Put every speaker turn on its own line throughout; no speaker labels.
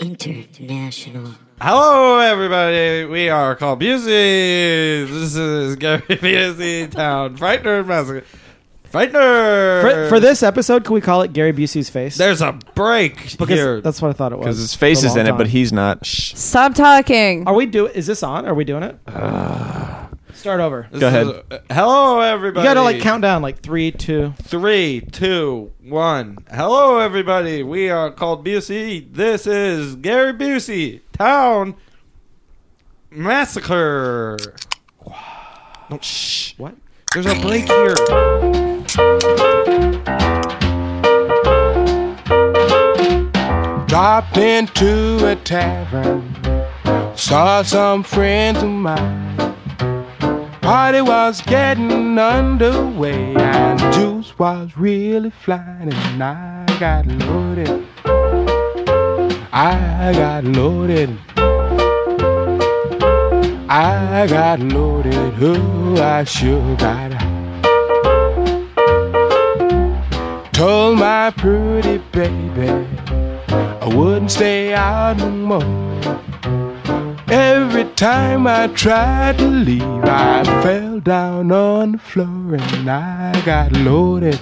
International.
Hello, everybody. We are called Busey. This is Gary Busey Town Frightener Massacre. Frightener.
For, for this episode, can we call it Gary Busey's face?
there's a break
because
here.
that's what I thought it was.
because his face
For a
is in
long
it, but
time.
he's not. Shh.
Stop talking.
Are we do? Is this on? Are we doing it?
Uh,
Start over. You
This
Go
is-
ahead.
uh, hello, everybody.
gotta like count down, like three, two.
Three, two, one. Hello, everybody. We are called Busey. This is Gary Busey Town Massacre. Don't shh.
What?
There's a break here.
Dropped into a tavern, saw some friends of mine. Party was getting underway, and juice was really flying, and I got loaded. I got loaded. I got loaded. Oh, I sure got high. Told my pretty baby. I wouldn't stay out no more. Every time I tried to leave, I fell down on the floor and I got loaded.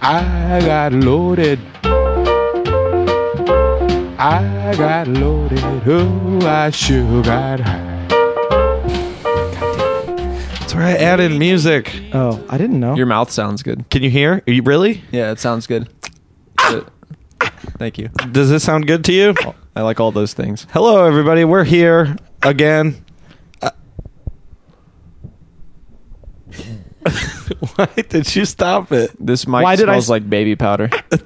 I got loaded. I got loaded. Oh, I sure got high.
That's where I added music.
Oh, I didn't know.
Your mouth sounds good.
Can you hear? Are you really?
Yeah, it sounds good. Thank you.
Does this sound good to you?
Oh,
I like all those things.
Hello, everybody. We're here again. Uh, Why did you stop it?
This mic
Why did I
smells
s-
like baby powder.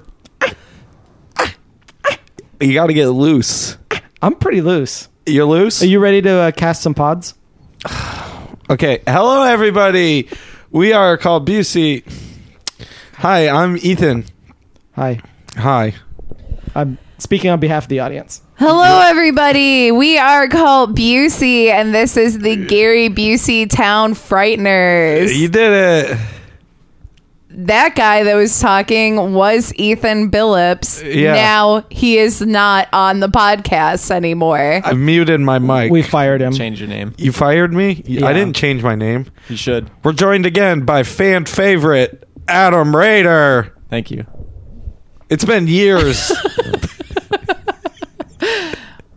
You got to get loose.
I'm pretty loose.
You're loose?
Are you ready to uh, cast some pods?
okay. Hello, everybody. We are called Busey. Hi, I'm Ethan.
Hi,
Hi.
I'm speaking on behalf of the audience.
Hello, everybody. We are called Busey, and this is the Gary Busey Town
You
Frighteners.
did it.
That guy that was talking was Ethan Billups.
Yeah.
Now he is not on the podcast anymore.
I muted my mic.
We fired him.
Change your name.
you fired me? I
Yeah.
didn't change my name.
You should.
We're joined again by fan favorite Adam Rader.
Thank you.
It's been years.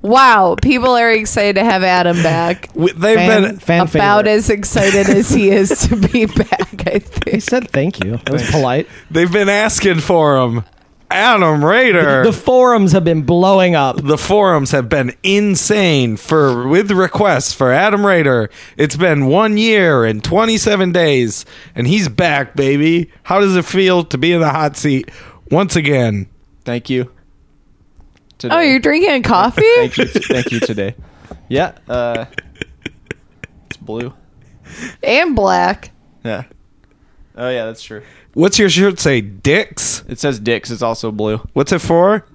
Wow. People are excited to have Adam back.
We- They've
Fan,
been
fan
About
favorite.
as excited as he is to be back, I
He
think.
said thank you. That was polite.
they've been asking for him. Adam Rader.
The forums have been blowing up.
the forums have been insane for with requests for Adam Rader. It's been one year and 27 days, and he's back, baby. How does it feel to be in the hot seat once again?
Thank you. Today.
Oh, you're drinking coffee?
Thank you. Thank you today. Yeah. Uh, it's blue.
and black.
Yeah. Oh yeah, that's true.
What's your shirt say? Dicks?
It says dicks. It's also blue.
What's it for?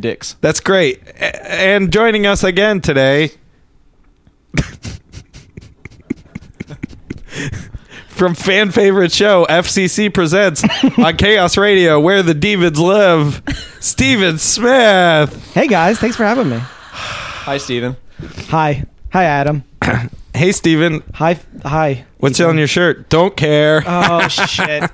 Dicks.
That's great. A- and joining us again today from fan favorite show FCC presents on Chaos Radio, where the demons live. Steven Smith.
Hey guys, thanks for having me.
Hi, Steven.
Hi, hi Adam.
Hey, Steven.
Hi, hi.
What's on your shirt? Don't care.
Uh,
Oh shit.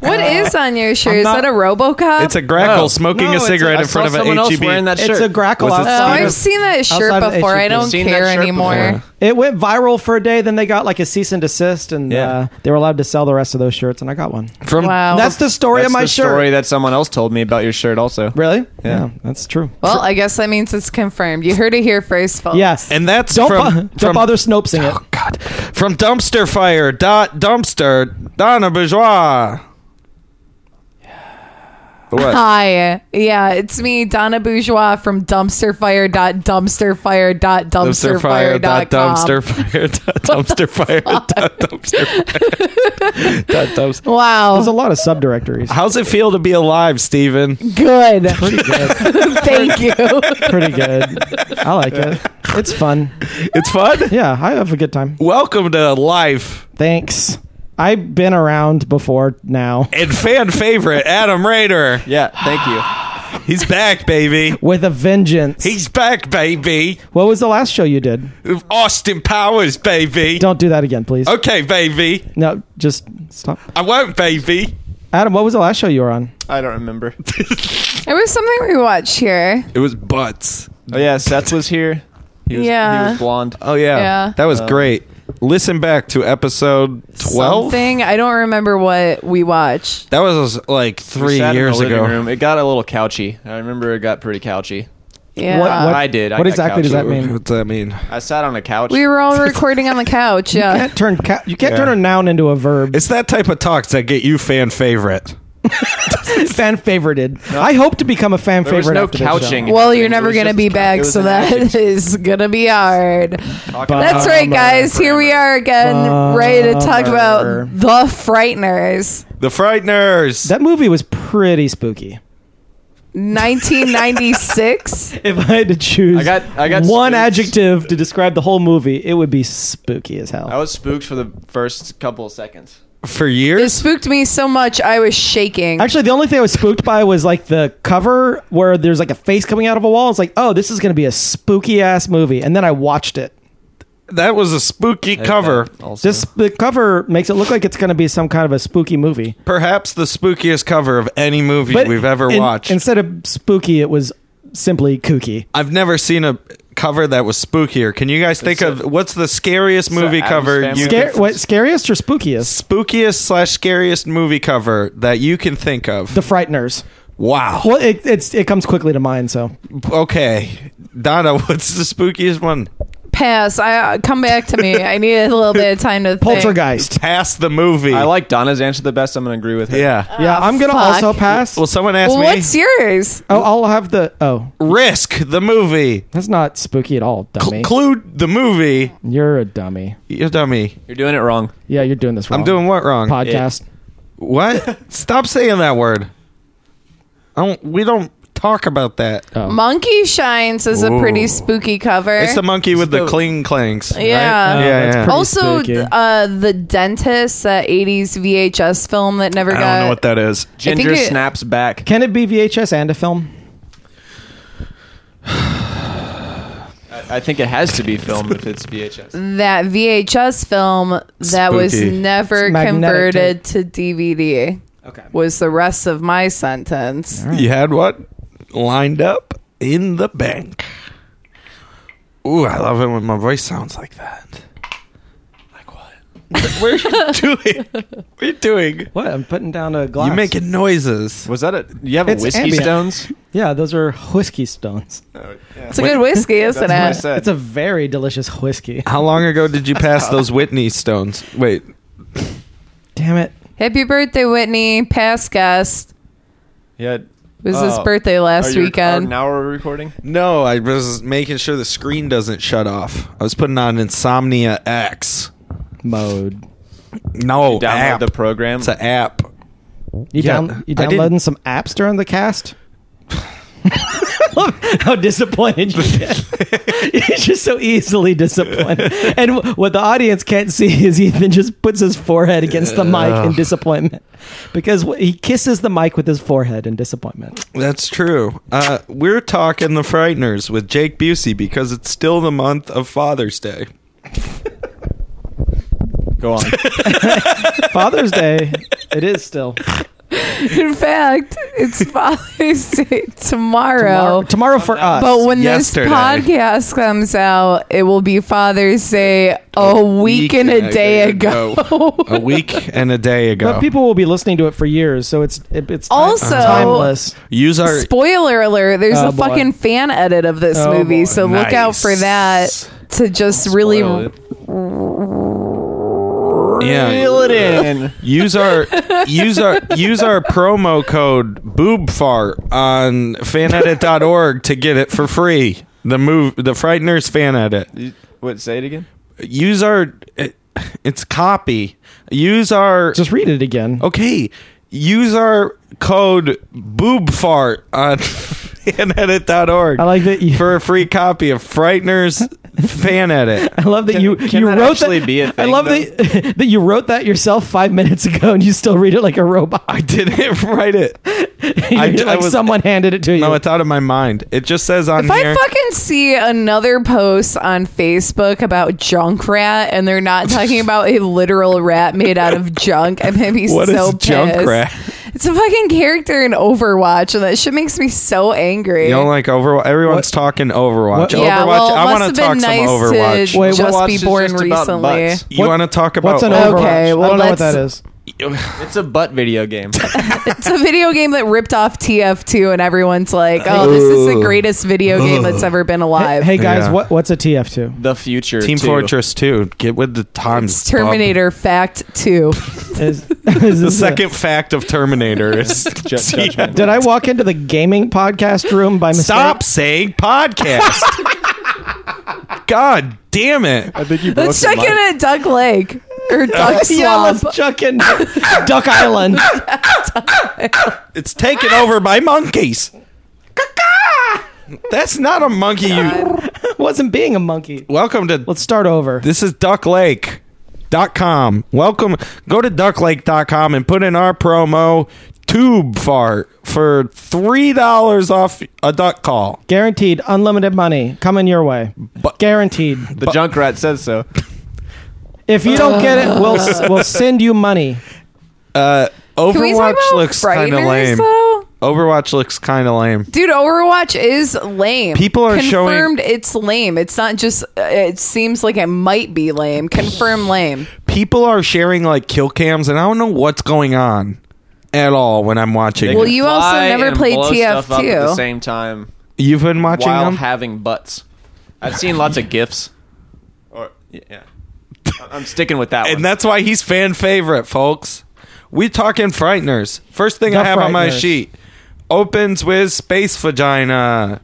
What is on your shirt?
I'm
Is
not-
that a RoboCop?
it's a grackle
Oh,
smoking
no,
a
it's
cigarette
I
in
saw
front of E
someone
an
else
HEB.
wearing that
It's
shirt.
a grackle
Was it
Oh,
outside
Steven?
I've seen that shirt
outside of
before. I
HEB.
don't
E Seen that
care
shirt
anymore.
It went viral for a day. Then they got like a cease and desist, and
Yeah.
uh, they were allowed to sell the rest of those shirts. And I got one.
Oh.
From
Wow.
That's the story
That's
of my
the
shirt.
story that someone else told me about your shirt. Also,
Really?
Yeah.
that's true.
well, I guess that means it's confirmed. You heard it here first, folks.
Yes.
and that's
don't
from,
bo-
from
don't bother Snopesing it.
God. From dumpster fire dot dumpster Donna Bourgeois. What?
Hi. Yeah, it's me, Donna Bourgeois from dumpsterfire.dumpsterfire.dumpsterfire.com.
dot dumpster fire dot dumpster fire dot dumpster fire dot dumpster.
There's a
Wow.
lot of subdirectories.
How's it feel to be alive, Steven?
Good.
Pretty good.
Thank you.
Pretty good. I like it. It's fun.
It's fun.
Yeah, I have a good time.
Welcome to life
Thanks. I've been around before now.
and fan favorite Adam Rader.
yeah. Thank you.
He's back, baby.
with a vengeance.
He's back, baby.
what was the last show you did?
Austin Powers, baby.
Don't do that again, please.
Oh.
Okay, baby.
No, just stop.
I won't, baby.
Adam, what was the last show you were on?
I don't remember.
It was something we watched here.
It was butts.
Oh yeah, Seth was here. He was, He
Yeah.
was blonde.
Oh yeah,
Yeah.
that was
Um,
great. Listen back to episode twelve.
Something. I don't remember what we watched.
That was like
We
three
sat in the
years
living
ago.
Room. It got a little couchy. I remember it got pretty couchy.
Yeah.
What-
I did. I
what
got
exactly does
couchy.
that mean?
What's that mean?
I sat on a couch.
we were all recording on the couch. Yeah.
Can't turn ca- you can't
Yeah.
turn a noun into a verb.
It's that type of talks that get you fan favorite.
fan favorited. I hope to become a fan
There was
favorite.
no
after this
couching.
show.
Well, you're
It
never
was
going to
just
be
a- it
back,
was
so
an
that
action.
is going to be hard.
Talking
That's
about-
right, guys. Here we are again, ready to talk about
Bummer.
The Frighteners.
The Frighteners.
That movie was pretty spooky.
1996.
If I had to choose
I got- I got
one
spooked.
adjective to describe the whole movie, it would be spooky as
I
hell.
was spooked for the first couple of seconds.
For
it
years,
spooked me so much I was shaking.
Actually, the only thing I was spooked by was like the cover where there's like a face coming out of a wall. It's like, oh, this is going to be a spooky ass movie. And then I watched it.
that was a spooky cover.
Also,
Just the cover makes it look like it's going to be some kind of a spooky movie.
Perhaps the spookiest cover of any movie
But
we've ever
in-
watched.
Instead of spooky, it was simply kooky.
I've never seen a cover that was spookier. Can you guys think of what's the scariest movie
Addams
cover
Family.
you
Scare-
can-
what scariest or spookiest?
spookiest slash scariest movie cover that you can think of?
The Frighteners.
wow.
Well, it, it's it comes quickly to mind. So
Okay, Donna, what's the spookiest one?
Pass. I uh, come back to me. I needed a little bit of time to think.
Poltergeist.
Past the movie.
I like Donna's answer the best. I'm gonna agree with her.
Yeah.
yeah, I'm gonna
fuck.
also pass.
Well, someone asked
Well,
me.
what's yours?
oh, I'll have the. Oh,
Risk the movie.
that's not spooky at all,
Cl-
dummy.
Clue the movie.
you're a dummy.
You dummy.
You're doing it wrong.
Yeah, you're doing this wrong.
I'm doing what wrong?
podcast.
What? Stop saying that word. I don't. We don't talk about that.
oh.
Monkey Shines is a
Ooh.
pretty spooky cover.
It's the monkey with the,
the-
cling clangs. right?
Yeah.
Oh,
Yeah,
that's
yeah.
pretty
also,
spooky.
uh, the dentist, that 80s VHS film that never
I
got.
don't know what that is.
think
Ginger
it-
snaps back.
can it be VHS and a film?
I think it has to be filmed if it's VHS.
that VHS film that was
Spooky.
never
It's magnetic
converted to DVD
Okay.
was the rest of my sentence.
You had what lined up in the bank. Ooh, I love it when my voice sounds like that. Like what? what are you doing? What are you doing?
What? I'm putting down a glass.
You're making noises.
Was that a? You have
It's
whiskey
ambient.
stones?
Yeah, those are whiskey stones.
It's a good whiskey, isn't
That's what I
it?
said.
It's a very delicious whiskey.
How long ago did you pass those Whitney stones? Wait,
Damn it.
Happy birthday, Whitney. Past guest
yeah.
It was his
Oh.
birthday
Are
last
you-
weekend.
are- now we're recording.
no, I was making sure the screen doesn't shut off. I was putting on Insomnia X.
Mode.
No,
Download
app.
the program.
it's an app.
You,
Yeah,
down, you
I didn't-
downloading some apps during the cast? Look How disappointed you get. He's just so easily disappointed. And w- what the audience can't see is Ethan just puts his forehead against the mic in disappointment because wh- he kisses the mic with his forehead in disappointment.
That's true. Uh, we're talking the Frighteners with Jake Busey because it's still the month of Father's Day.
Go on.
Father's Day, it is still.
In fact, it's Father's Day
Tomorrow,
tomorrow.
tomorrow for us.
But when
Yesterday.
this podcast comes out, it will be Father's Day a week, and a day ago.
a week and a day ago.
but people will be listening to it for years, so it's it, it's time-
Also-
timeless.
Use our
Spoiler alert, there's
Oh,
a
boy.
fucking fan edit of this
Oh,
movie,
boy.
so look out for
Nice.
that to just really
Spoil it.
yeah.
Reel it in.
Use our use our use our promo code boobfart on fanedit.org to get it for free. The move the Frighteners fan edit.
You- What? Say it again.
Use our it, it's copy. Use our
Just read it again.
Okay. Use our code boobfart on fanedit.org
I like that you-
for a free copy of Frighteners fan edit.
I love that
Can-
you
can
you
that
wrote
actually
that.
be a
I
thing,
love
though?
that that you wrote that yourself five minutes ago, and you still read it like a robot.
I didn't write it. I d- I
like
was-
someone handed it to you.
No, it's out of my mind. It just says on
If I
here.
fucking see another post on Facebook about junk rat and they're not talking about a literal rat made out of junk, I'm gonna be
What
so
is
pissed.
junk rat?
It's a fucking character in Overwatch, and that shit makes me so angry.
you don't like Overwatch? Everyone's talking Overwatch.
What-
Overwatch.
yeah, well, it
I
must
want
have
to
been
talk some
nice
Overwatch.
to
Wait,
just
Overwatch
be
is
born
just about
recently.
butts.
you
What-
want to talk about
What's an
Okay,
Overwatch? I
well,
don't know
let's-
what that is.
It's a butt video game.
It's a video game that ripped off TF2, and everyone's like, "Oh, this is the
Ooh.
greatest video game that's ever been
Hey,
alive."
hey guys,
Yeah.
what what's a TF2?
the future.
Team
too.
Fortress 2. Get with the times.
it's
bub.
Terminator Fact Two.
Is, is
The
this a-
second fact of Terminator is
Ju- judgment.
did I walk into the gaming podcast room by mistake?
stop saying podcast. God damn it.
I think you
Let's check in at Duck Lake or Duck Swamp.
Yeah, let's chuck in Duck Island.
It's taken over by monkeys. Caca! That's not a monkey. You-
Wasn't being a monkey.
Welcome to
Let's start over.
This is ducklake.com. Welcome. Go to ducklake.com and put in our promo tube fart for $3 off a duck call.
Guaranteed unlimited money coming your way.
But-
Guaranteed.
The junk rat says so.
If you don't get it, we'll s- we'll send you money.
Uh,
Can we talk
Overwatch
about
looks kind of
Frighteners,
lame.
though?
Overwatch looks kind of lame.
Dude, Overwatch is lame.
People are showing-
confirmed it's lame. It's not just. uh, It seems like it might be lame. Confirm lame.
People are sharing like kill cams, and I don't know what's going on at all when I'm watching.
Well,
it.
you also
Fly
never
and
played
blow stuff up at
TF2.
the same time
You've been watching
while
them?
having butts. I've seen lots of gifs. Or yeah, I- I'm sticking with that one.
and that's why he's fan favorite, folks. We talking frighteners. First thing
The
I have on my
Frighteners.
sheet opens with space vagina.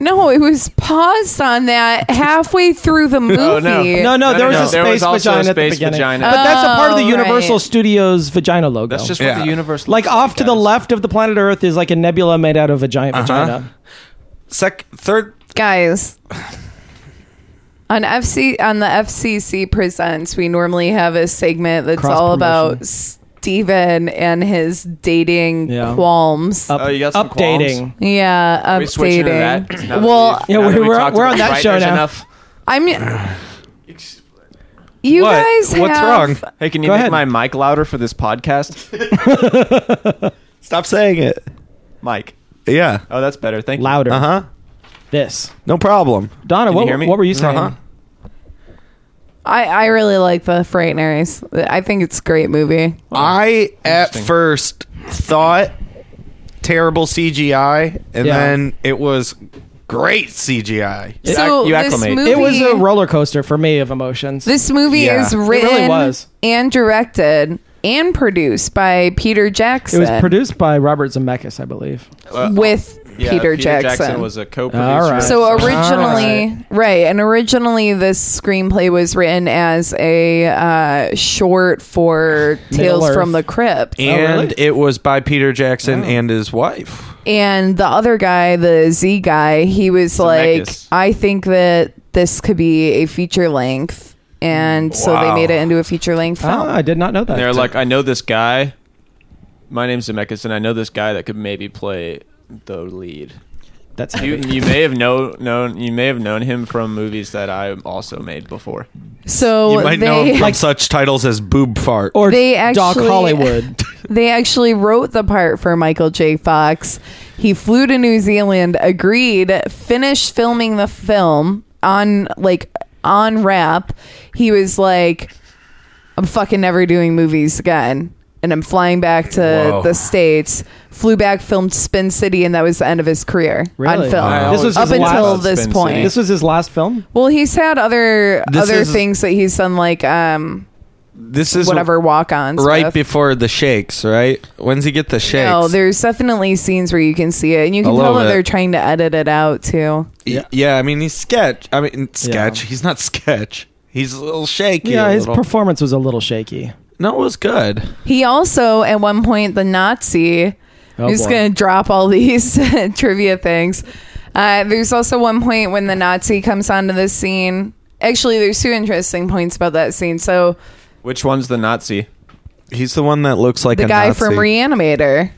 No, it was paused on that halfway through the movie.
Oh, no.
No, no, there was a
There
space
was also a
vagina at the
space
beginning.
vagina.
But that's a part of the
Oh,
Universal
right.
Studios vagina logo.
that's just
Yeah.
what the universe.
like
looks
off to the
guys.
left of the planet Earth is like a nebula made out of a
Uh-huh.
giant vagina.
Sec third.
guys on fc on the fcc presents we normally have a segment that's all
Cross-promotion.
about steven and his dating
Yeah.
qualms
Up-
Oh, you got some
updating.
qualms?
yeah
Are we switching to that?
updating
Now that
well
we've- now
Yeah,
that
we-
we've
we're-
talked
we're
about
on that show
writers
now.
Enough.
i'm you
What?
guys
What's
have-
wrong?
Hey, can you
Go
make
ahead.
my mic louder for this podcast,
Stop saying it.
Mike?
Yeah.
Oh, that's better. Thank you.
Louder.
Uh huh.
This.
No problem.
Donna,
Can you
what,
hear me?
what were you saying?
Uh-huh.
I, I really like the frighteners i think it's a great movie
I at
Interesting.
first thought terrible CGI, and
Yeah.
then it was great CGI.
You
so
ac- you
this
acclimate.
movie
It was a roller coaster for me of emotions.
This movie
Yeah.
is
It really
written
was.
and directed and produced by Peter
it
Jackson.
was produced by Robert Zemeckis, I believe.
Uh,
with
yeah,
Peter, Jackson.
was a co-producer.
All right.
so
So
originally, right. and originally this screenplay was written as a uh, short for
Middle
Tales from the
Earth.
Crypt, and,
And
really?
it was by Peter Jackson and his wife.
the other guy, the Z guy, he was
Zemeckis.
like, I think that this could be a feature length, and so they
Wow.
made it into a feature length film.
Ah, I did not know that.
Oh. they're like, I know this guy. My name's Zemeckis, and I know this guy that could maybe play the lead.
That's
You,
heavy.
you may have know, known you may have known him from movies that I also made before.
so
you might
they
know him from such titles as Boob Fart.
or
They
Doc
actually-
Hollywood.
They actually wrote the part for Michael J. Fox. He flew to New Zealand, agreed, finished filming the film on like on wrap. He was like, I'm fucking never doing movies again. And I'm flying back to
Whoa.
the States. Flew back, filmed Spin City, and that was the end of his career
Really?
on film.
Wow.
This was
up
his
until
last-
this
Spin
point.
City.
This was his last film.
well, he's had other
This
other
is-
things that he's done, like um,
this is
whatever walk ons.
right before the shakes, right? When's he get the shakes?
No, there's definitely scenes where you can see it, and you can
A
tell
little
that
bit.
they're trying to edit it out too.
yeah. yeah, I mean he's sketch. I mean sketch. He's not sketch. He's a little shaky.
Yeah,
a
his
little.
performance was a little shaky.
no, it was good.
He also, at one point, the Nazi.
Oh,
I'm just
boy.
gonna drop all these trivia things. Uh, there's also one point when the Nazi comes onto the scene. Actually, there's two interesting points about that scene. So
Which one's the Nazi?
He's the one that looks like
the
a
guy
Nazi.
from Reanimator.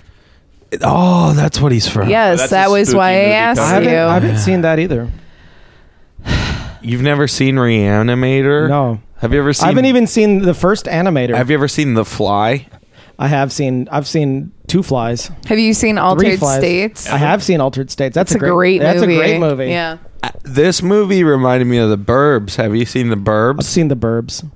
Oh, that's what he's from.
Yes,
that's
that
a
was
spooky
why I
movie
asked
cover.
I haven't,
you.
I haven't seen that either.
You've never seen Reanimator?
No.
Have you ever seen?
I haven't even seen the first animator.
Have you ever seen The Fly?
I have seen. I've seen two flies.
Have you seen
Three
Altered
flies.
States?
I have seen Altered States. That's
It's a great,
That's
movie.
a great movie.
Yeah.
Uh, This movie reminded me of The Burbs. Have you seen The Burbs?
I've seen The Burbs.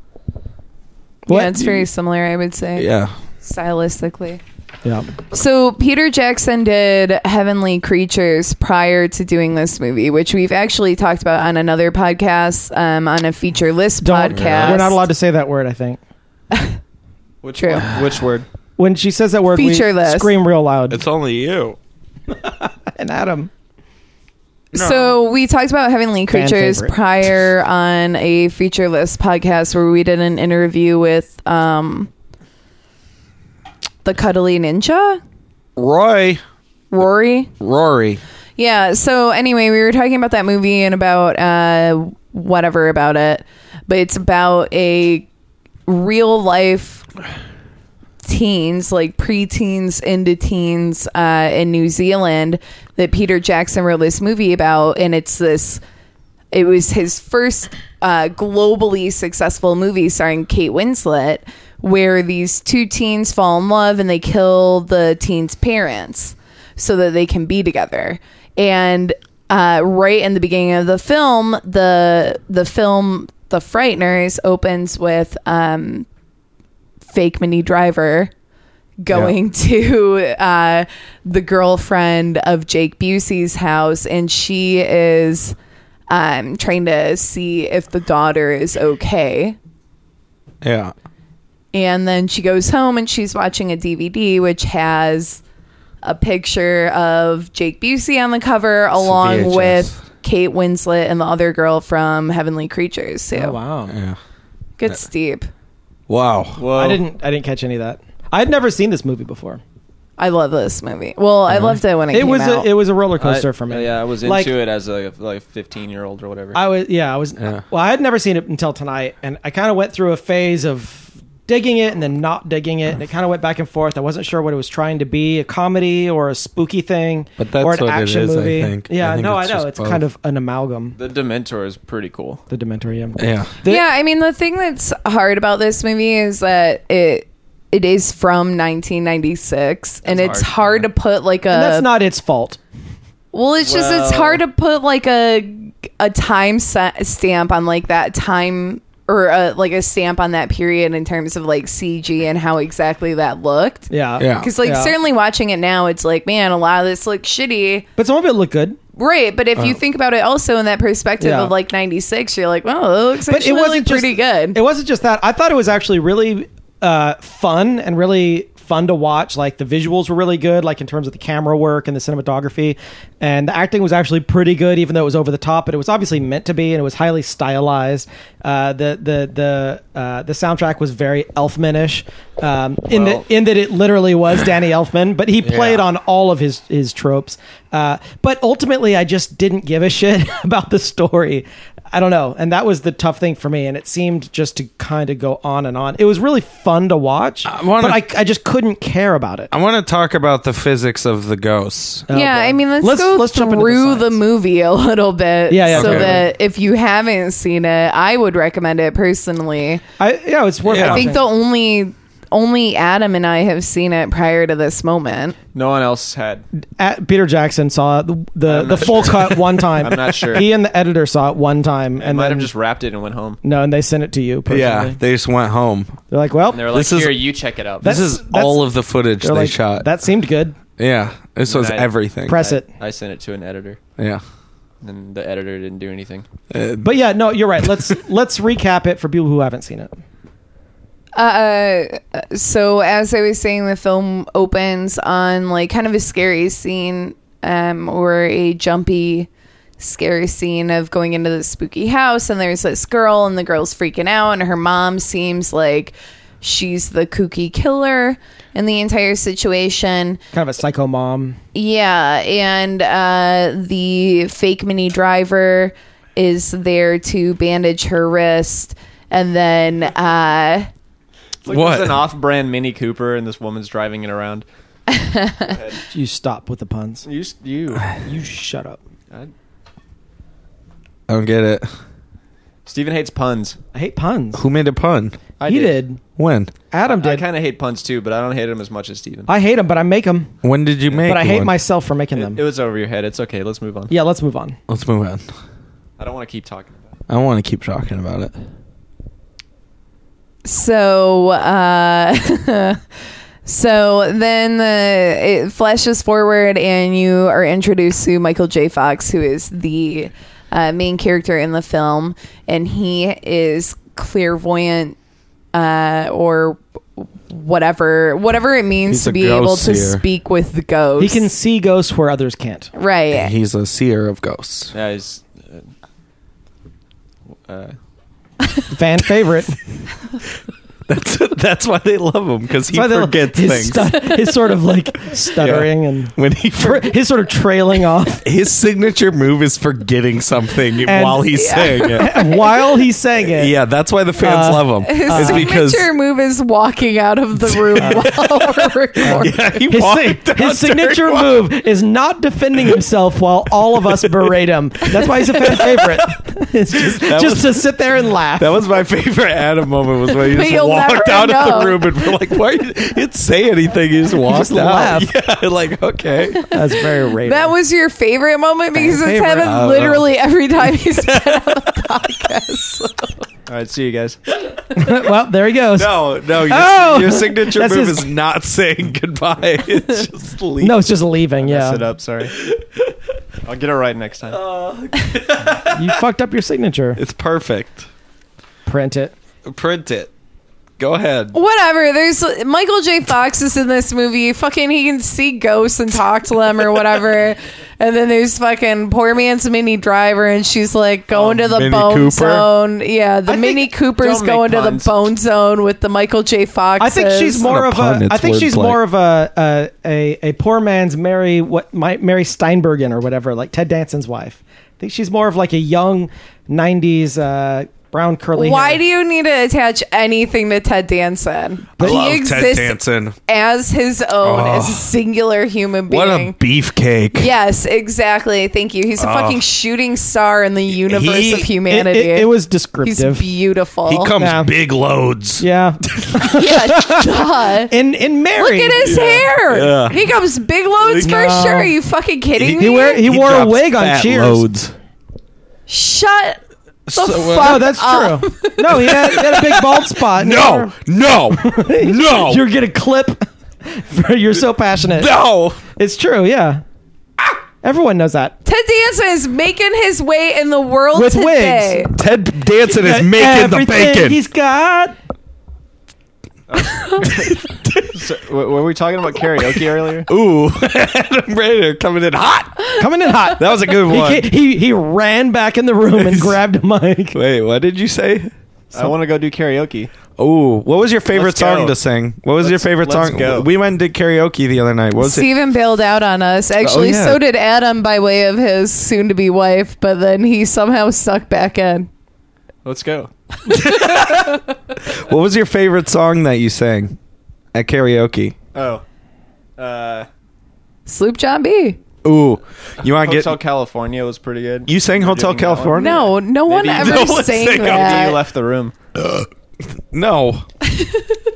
Yeah, it's very similar, I would say,
yeah.
stylistically.
Yeah.
So Peter Jackson did Heavenly Creatures prior to doing this movie, which we've actually talked about on another podcast, um, on a feature list
Don't.
podcast.
We're not allowed to say that word. I think
Which
True.
One? Which word?
when she says that word,
Featureless.
we scream real loud.
It's only you.
and Adam.
So we talked about Heavenly
Fan
Creatures
favorite.
prior on a feature list podcast where we did an interview with um, the cuddly ninja
Roy.
Rory.
Rory.
Yeah. So anyway, we were talking about that movie and about uh, whatever about it, but it's about a real life teens, like preteens into teens uh, in New Zealand that Peter Jackson wrote this movie about, and it's this. It was his first uh, globally successful movie starring Kate Winslet, where these two teens fall in love and they kill the teen's parents so that they can be together. And uh, right in the beginning of the film, the the film The Frighteners opens with um, fake mini driver going to uh, the girlfriend of Jake Busey's house, and she is um, trying to see if the daughter is okay.
Yeah.
And then she goes home and she's watching a DVD which has a picture of Jake Busey on the cover along
VHS.
with Kate Winslet and the other girl from Heavenly Creatures. So
Oh, wow.
Yeah.
gets deep.
Wow.
Whoa.
I didn't. I didn't catch any of that. I had never seen this movie before.
I love this movie. Well,
Uh-huh.
I loved it when it,
It
came
was
out.
a, it was a roller
I-
coaster for me.
Yeah, I was into
Like,
it as a like 15 year old or whatever.
I was yeah, I was well, I had never seen it until tonight and I kind of went through a phase of digging it and then not digging it and it kind of went back and forth. I wasn't sure what it was trying to be, a comedy or a spooky thing
But that's
or an
what it
action
is, I
movie.
think. I
Yeah,
think
no, I
it's
know.
just
It's
both.
kind of an amalgam.
the Dementor is pretty cool.
The Dementor, yeah.
Yeah.
The-
yeah, I mean the thing that's hard about this movie is that it it is from 1996 and
That's
it's
hard,
hard, to put like a
And that's not its fault.
well it's just it's
Well-
hard to put like a a time set stamp on like that time or a, like a stamp on that period in terms of like CG and how exactly that looked.
Yeah.
Yeah.
Because like
Yeah.
certainly watching it now, it's like man, a lot of this looks shitty,
But some of it looked good.
right? But if you think about it also in that perspective
Uh, Yeah.
of like '96, you're like, well, it looks
But
actually
it wasn't just-
pretty good.
It wasn't just that. I thought it was actually really uh, fun and really fun to watch. Like the visuals were really good, like in terms of the camera work and the cinematography, and the acting was actually pretty good, even though it was over the top. But it was obviously meant to be, and it was highly stylized. Uh, the the the uh, the soundtrack was very Elfmanish, um, in
Well-
the in that it literally was Danny Elfman, but he played
Yeah.
on all of his his tropes. Uh, but ultimately, I just didn't give a shit about the story. I don't know, and that was the tough thing for me. And it seemed just to kind of go on and on. It was really fun to watch,
wanna-
but I, I just couldn't care about it.
I want to talk about the physics of the ghosts.
yeah,
boy.
I mean, let's,
Let's-
go
let's jump into the
through
science.
the, movie a little bit.
Yeah, yeah,
So
okay.
that if you haven't seen it, I would recommend it personally.
I yeah, it's worth.
Yeah.
I
watching.
think the only only Adam and I have seen it prior to this moment.
No one else had.
At Peter Jackson saw the the, the
not
full cut one time.
I'm not sure.
He and the editor saw it one time,
And
and
might
then
have just wrapped it and went home.
no, and they sent it to you. Personally.
Yeah. They just went home.
they're like, well,
And they were like,
This is-
"Here, you check it out."
This
That's-
is
that's-
all of the footage they
they're like,
shot.
that seemed good.
yeah. This was
I-
everything.
Press it.
I sent it to an editor,
Yeah.
and the editor didn't do anything.
Uh,
But yeah, no, you're right. Let's let's recap it for people who haven't seen it.
Uh, so as I was saying, the film opens on like kind of a scary scene, um, or a jumpy, scary scene of going into the spooky house, and there's this girl, and the girl's freaking out, and her mom seems like she's the kooky killer in the entire situation.
Kind of a psycho mom.
Yeah, and uh, the fake mini driver is there to bandage her wrist, and then uh,
It's like
What?
There's an off-brand Mini Cooper, and this woman's driving it around.
You stop with the puns.
You, s- you,
You shut up.
I,
I don't get it.
Steven hates puns.
I hate puns.
Who made a pun?
I
he did.
When?
Adam
I
did.
kind of hate puns too, but I don't hate them as much as Steven.
I hate them, but I make them.
When did you make?
But I hate
one?
myself for making them.
it, it was over your head. It's okay. Let's move on.
yeah, let's move on.
Let's move on.
I don't want to keep talking about it.
I want to keep talking about it.
so uh, so then the, it flashes forward, and you are introduced to Michael J. Fox, who is the uh, main character in the film, and he is clairvoyant uh, or whatever whatever it means
He's
to
a
be
ghost
able to
seer.
speak with the ghost.
He can see ghosts where others can't.
right.
He's a seer of ghosts.
Yeah, he's, uh, uh,
Fan favorite.
That's that's why they love him because he
That's why they love-
forgets
his
things.
stu- his sort of like stuttering and
when he
tra- his sort of trailing off
his signature move is forgetting something
And-
while he's saying it.
while he sang it.
Yeah, that's why the fans
Uh,
love him.
His
is
signature
because
move is walking out of the room while we're recording.
yeah, he
His,
walked
si-
out during
his signature
one.
move is not defending himself while all of us berate him. That's why he's a fan favorite. It's just,
That
just
was-
to sit there and laugh.
That was my favorite Adam moment was when he
But
just
you'll
walked
never
out of
know.
the room and we're like, why you- he didn't say anything, he just walked
just
out.
laughed.
Yeah, like okay.
That's very rare.
That was your favorite moment because it's
favorite. I
happened
don't
literally every time he's been on the podcast.
all right, see you guys.
well, there he goes.
No, no, your,
Oh!
your signature
That's
move
his-
is not saying goodbye. It's just leaving.
No, it's just leaving.
Mess
Yeah,
it up. Sorry. I'll get it right next time.
you fucked up your signature.
It's perfect.
Print it.
Print it. Go ahead.
Oh. Whatever. There's Michael J. Fox is in this movie. Fucking, he can see ghosts and talk to them or whatever. and then there's fucking poor man's Mini Driver, and she's like going to the
Mini
bone
Cooper?
zone. Yeah, the
I think-
Mini Cooper's
don't make
going to the
puns.
bone zone with the Michael J. Fox.
I think she's more
a
of
pun,
a.
it's
I think she's
wordplay.
more of a, a a a poor man's Mary what my, Mary Steinbergen or whatever, like Ted Danson's wife. I think she's more of like a young '90s uh, brown curly.
Why
hair.
do you need to attach anything to Ted Danson? he exists
Danson.
as his own,
Oh.
as a singular human being.
What a beefcake.
yes, exactly. Thank you. He's a fucking shooting star in the universe
He-
of
it-
It,
humanity.
it, it was
He's
descriptive.
beautiful.
He comes
Yeah.
big loads.
yeah,
yeah, duh.
in in
Look
Mary,
at his hair.
Yeah.
He comes big loads for
No.
sure. Are you fucking kidding
He
me?
wear- he wore a
drops
wig on
fat
Cheers.
Loads.
Shut the
So, uh,
fuck
No, that's
up.
true. No, he had, he had a big bald spot.
No, no, no,
you're gonna clip. For, you're so passionate.
no.
It's true. Yeah, everyone knows that.
Ted Danson is making his way in the world
With
today.
wigs.
Ted Danson is making the
E- Everything
bacon.
He's got.
So, w- were we talking about karaoke earlier?
Ooh, Adam Raider coming in hot.
Coming in hot.
That was a good
He,
one.
ca- he he ran back in the room and grabbed a mic.
Wait, what did you say?
I want to go do karaoke.
Oh, what was your favorite
Let's
song
go.
to sing? What was your
Let's-
favorite
let's
song?
go.
We went and did karaoke the other night. What was it?
Steven bailed out on us. Actually,
yeah.
so did Adam by way of his soon to be wife, but then he somehow stuck back in.
Let's go.
What was your favorite song that you sang at karaoke?
Oh. Uh,
Sloop John B.
Ooh, you want to
Hotel
get?
California was pretty good.
You sang
You're
Hotel
doing that one?
California?
No, no one
Maybe-
ever
No one
sang
sang
Maybe you
that.
left the room.
No.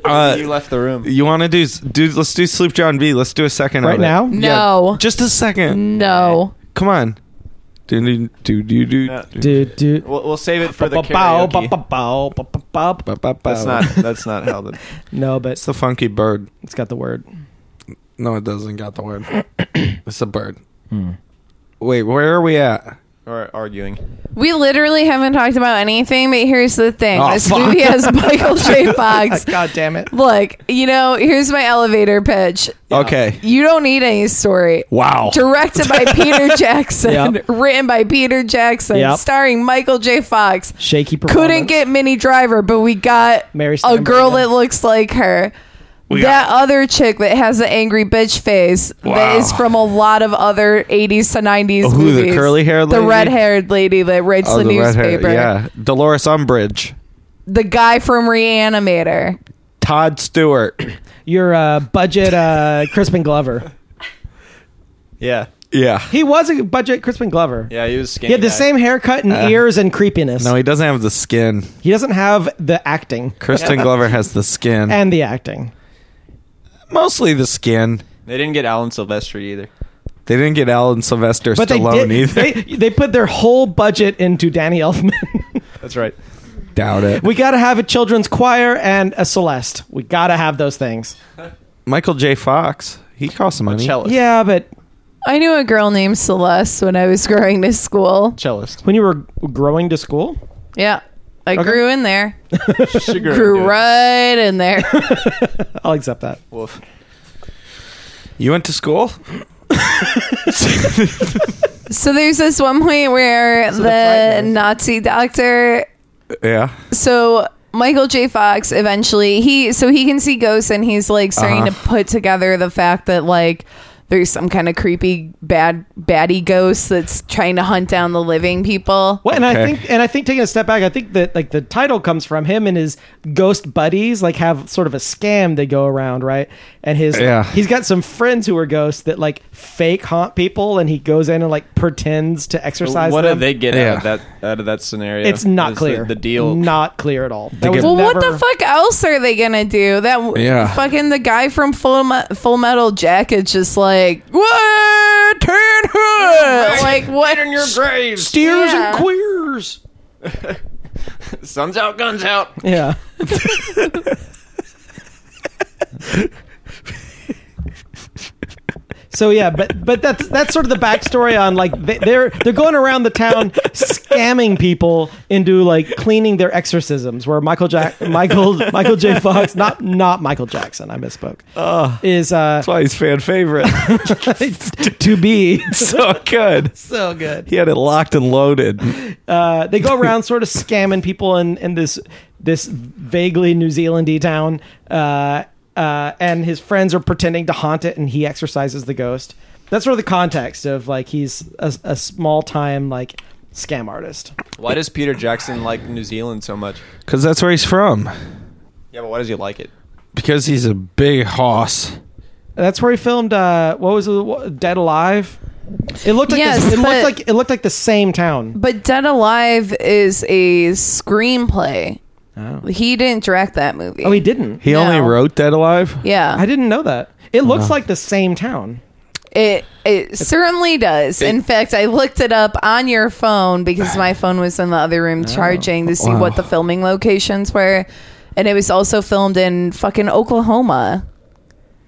Uh,
you left the room.
you want to do? Do let's do Sloop John B. Let's do a second of
Right
it.
now?
No.
just a second.
No.
Come on. Do do do do.
Yeah.
Dude, dude.
We'll, we'll save it for the
Ba-ba-bow,
karaoke.
ba-ba-bow, ba-ba-bow.
That's not. That's not how the.
No, but
It's the funky bird.
it's got the word.
No, it doesn't. Got the word. it's a bird. Wait, where are we at?
or arguing.
We literally haven't talked about anything, but here's the thing.
Oh,
this
fuck.
movie has Michael J. Fox.
God damn it.
Look, you know, here's my elevator pitch.
Okay.
You don't need any story.
Wow.
Directed by Peter Jackson,
Yep.
written by Peter Jackson,
Yep.
starring Michael J. Fox.
Shaky performance.
Couldn't get Minnie Driver, but we got
Mary
a
Steinberg,
girl
yeah.
that looks like her.
We
that
got-
other chick that has the angry bitch face that
Wow.
is from a lot of other 80s to 90s
Who, the
movies.
curly-haired
The
lady? Oh,
red-haired lady that writes the,
red-haired-
newspaper.
Yeah. Dolores Umbridge.
The guy from Reanimator.
Todd Stewart.
Your uh, budget uh, Crispin Glover.
Yeah,
Yeah.
He was a budget Crispin Glover.
yeah, he was.
He had the same haircut and ears and creepiness.
Uh-huh. No, he Mm-hmm. doesn't have the skin.
he doesn't have the acting
Kristen Glover has the skin.
and the acting.
mostly the skin.
They didn't get Alan Silvestri either.
They didn't get Alan Sylvester
But
Stallone
they did.
either.
They, they put their whole budget into Danny Elfman.
That's right.
Doubt it.
we got to have a children's choir and a Celeste. We got to have those things.
Michael J. Fox. He costs money.
Cellist.
Yeah, but
I knew a girl named Celeste when I was growing to school.
Cellist.
when you were growing to school,
Yeah. I
Okay.
grew in there.
Sugar.
Grew right in there.
I'll accept that.
Wolf.
You went to school?
so there's this one point where the,
frightening.
Nazi doctor
Yeah.
so Michael J. Fox eventually he so he can see ghosts and he's like starting
Uh-huh.
to put together the fact that like there's some kind of creepy bad baddie ghost that's trying to hunt down the living people.
Well, and I
Okay.
think, and I think taking a step back, I think that like the title comes from him and his ghost buddies, like have sort of a scam they go around, right? And his,
Yeah.
he's got some friends who are ghosts that like fake haunt people, and he goes in and like pretends to exercise.
What
them.
did they get out of
Yeah.
that out of that scenario?
It's not
Is the-
clear.
The, deal.
not clear at all. That
get-
was
Well, what
never-
the fuck else are they gonna do? That w-
Yeah.
fucking the guy from Full, Me- Full Metal Jacket's just like what turn hood like what in your
graves.
Steers
Yeah.
and queers.
Sun's out, guns out.
Yeah. so yeah, but but that's that's sort of the backstory on like they, they're they're going around the town scamming people into like cleaning their exorcisms. Where Michael Jack Michael Michael J Fox not not Michael Jackson I misspoke is uh
That's why he's fan favorite.
to be
so good.
so good.
He had it locked and loaded.
uh, they go around sort of scamming people in, in this this vaguely New Zealandy town, uh, uh, and his friends are pretending to haunt it, and he exorcises the ghost. That's sort of the context of like he's a, a small time like scam artist.
Why does Peter Jackson like New Zealand so much?
Because that's where he's from.
Yeah, but why does he like it?
Because he's a big hoss.
That's where he filmed. Uh, what was it? What- Dead Alive? It looked like
Yes,
this, it
but-
looked like it looked like the same town.
But Dead Alive is a screenplay. He didn't direct that movie.
Oh, he didn't.
He
No.
only wrote Dead Alive?
yeah,
I didn't know that. It looks like the same town.
it it certainly does. In fact, I looked it up on your phone because my phone was in the other room charging to see
wow.
what the filming locations were, and it was also filmed in fucking Oklahoma.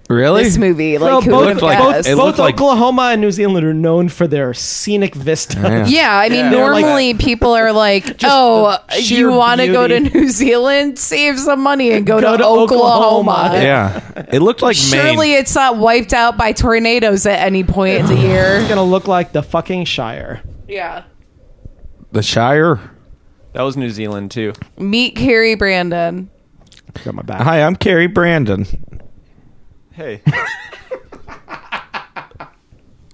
Really?
This movie, like
Well,
who
both,
would
looked like-
guess?
It
both
looked like-
Oklahoma and New Zealand are known for their scenic vistas.
Yeah.
Yeah, I mean,
Yeah.
They're like-
normally people are like, "Oh,
the sheer
you want to go to
beauty."
New Zealand, save some money, and go,
Go
to,
to
Oklahoma."
Oklahoma."
Yeah. It looked like
Surely
Maine.
it's not wiped out by tornadoes at any point in the
It's
year.
gonna look like the fucking Shire.
yeah,
The Shire.
That was New Zealand too.
meet Carrie Brandon.
Got my back.
Hi, I'm Carrie Brandon.
Hey,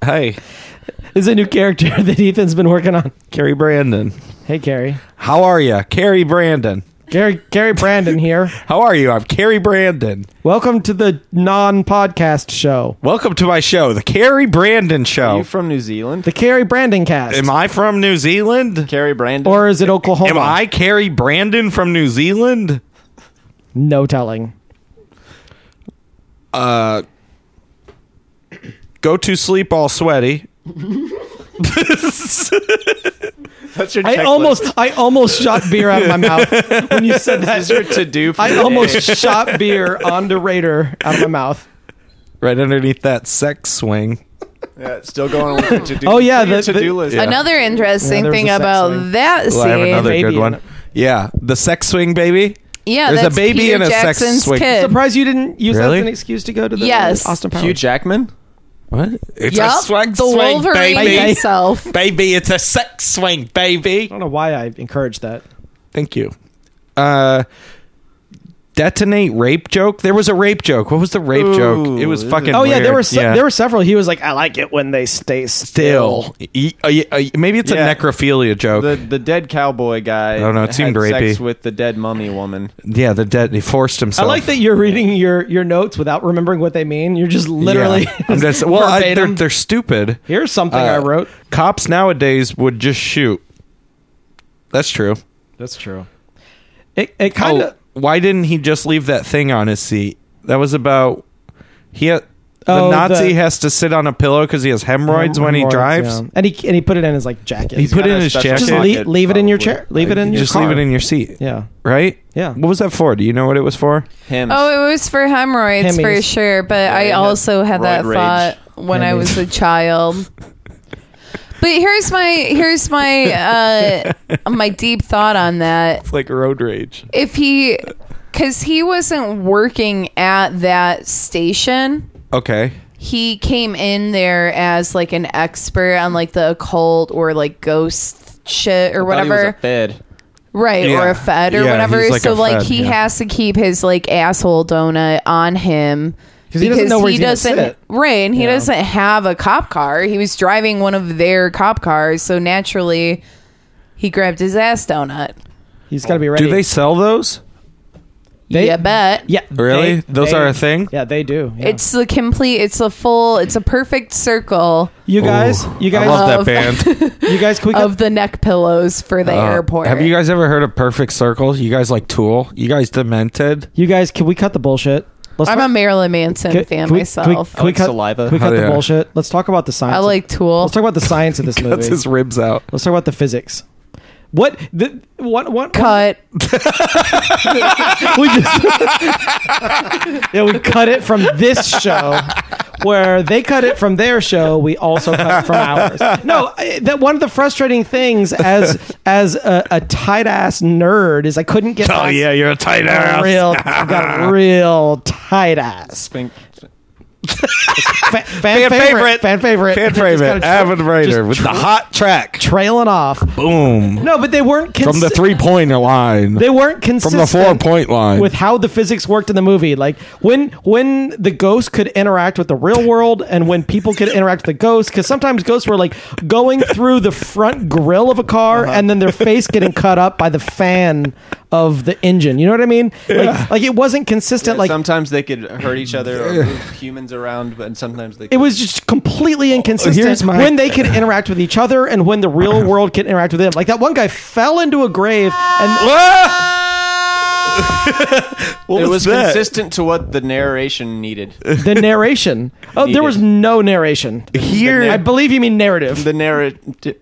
Hey,
This is a new character that Ethan's been working on.
Carrie Brandon.
Hey, Carrie.
How are you? Carrie Brandon.
Gary, Gary Brandon here.
How are you? I'm Carrie Brandon.
Welcome to the non-podcast show,
Welcome to my show, the Carrie Brandon
are you
Show.
from New Zealand?
the Carrie Brandon Cast.
Am I from New Zealand?
Carrie Brandon.
or is it Oklahoma?
Am I Carrie Brandon from New Zealand?
No telling.
Uh, go to sleep all sweaty.
That's your.
I
checklist.
almost, I almost shot beer out of my mouth when you said
This is
that.
your to do.
I almost shot beer onto Raider out of my mouth.
Right underneath that sex swing.
Yeah, it's still going on with your to-do
Oh, yeah,
look at your
the- the-
to-do list.
Yeah.
Another interesting
Yeah, there was
thing
a sex
about
swing.
that
Well, I have
scene.
another
Baby
good
in
one.
it.
Yeah, the sex swing baby.
yeah,
There's a
that's
baby
Peter
and a sex
Jackson's
swing.
kid.
Surprised you didn't use
Really?
that as an excuse to go to the
Yes.
Austin Powers.
Hugh Jackman?
What? It's
Yup,
a swag
the
swing,
Wolverine
baby.
Baby.
himself.
Baby, it's a sex swing, baby.
I don't know why I encouraged that.
Thank you. Uh, detonate rape joke. There was a rape joke. What was the rape
Ooh,
joke? It was
this is-
fucking.
Oh yeah, there
weird.
were se- there were several. He was like, "I like it when they stay still."
still. E- uh, yeah, uh, Maybe it's
Yeah.
a necrophilia joke.
The the dead cowboy guy. I
don't know, it seemed
had
rapey.
Sex with the dead mummy woman.
yeah, the dead. He forced
I
himself.
like that you're reading your your notes without remembering what they mean. You're just literally
Yeah. I'm just, well, I, they're,
verbatim.
they're stupid.
Here's something I
Uh,
wrote.
Cops nowadays would just shoot. That's true.
That's true. It, it kind of.
Oh, why didn't he just leave that thing on his seat? That was about he. ha- the
Oh,
Nazi
the-
has to sit on a pillow because he has hemorrhoids when he drives.
and he and he put it in his like jacket.
He put
got
it in
a
his
special
jacket.
just
pocket,
leave, leave it in your
probably.
chair. Leave it in your
just
car.
leave it in your seat.
Yeah.
Right?
Yeah.
What was that for? Do you know what it was for?
Him.
Oh, it was for hemorrhoids for
Hemmies.
sure, but I
yeah.
also had that
Roid rage.
thought when I
Hemmies.
was a child. But here's my here's my uh my deep thought on that.
Like road rage.
If he cuz he wasn't working at that station,
Okay.
he came in there as like an expert on like the occult or like ghost shit
Thought he
or
was
whatever.
a fed.
right or
Yeah.
a fed or
Yeah,
whatever
he's like
so
a
like
fed,
he
yeah.
has to keep his like asshole donut on him
'Cause he doesn't know where he's gonna sit.
right and he
Yeah.
doesn't have a cop car he was driving one of their cop cars so naturally he grabbed his ass donut
He's got to be ready.
Do they sell those?
They-
yeah bet
Yeah.
Really?
they-
Those
they-
are a thing?
Yeah, they do. Yeah.
it's the complete it's a full it's a perfect circle
you guys.
Ooh,
you guys.
I love that
Of-
band.
you guys. Quick up.
of the neck pillows for the
Uh,
airport
Have you guys ever heard of Perfect Circles? You guys like Tool? You guys demented?
You guys. Can we cut the bullshit? Let's
i'm
talk-
a marilyn manson
can-
fan
can we- can we-
myself
Can we
like
cut
saliva.
Can we
Hell
cut the
yeah.
bullshit? Let's talk about the science.
i
of-
like tool
Let's talk about the science of this
Cuts
movie.
his ribs out.
Let's talk about the physics. What the what what
cut
we just yeah we cut it from this show where they cut it from their show we also cut it from ours no I- that one of the frustrating things as as a, a tight ass nerd is i couldn't
Oh,
get past
you're a tight
Oh, a real i've got a real tight ass
Think-
fan, fan,
favorite.
favorite fan favorite
Fan
Just
favorite,
kinda tra-
avid Raider
just
with the hot track.
trailing off
Boom.
no but they weren't
From the
consi-
three pointer line.
they weren't
From
consistent
the four point line.
with how the physics worked in the movie. Like when when the ghost could interact with the real world and when people could interact with the ghost, because sometimes ghosts were like going through the front grill of a car
Uh-huh.
and then their face getting cut up by the fan of the engine. You know what I mean? Like, like it wasn't consistent. like
sometimes they could hurt each other or move humans around, but and sometimes they.
it was just completely inconsistent
Oh, here's my-
when they could interact with each other and when the real world could interact with them. Like that one guy fell into a grave and
it was
that?
consistent to what the narration needed.
the narration. Oh, there was no narration. I
Here,
believe you mean narrative.
The narrative.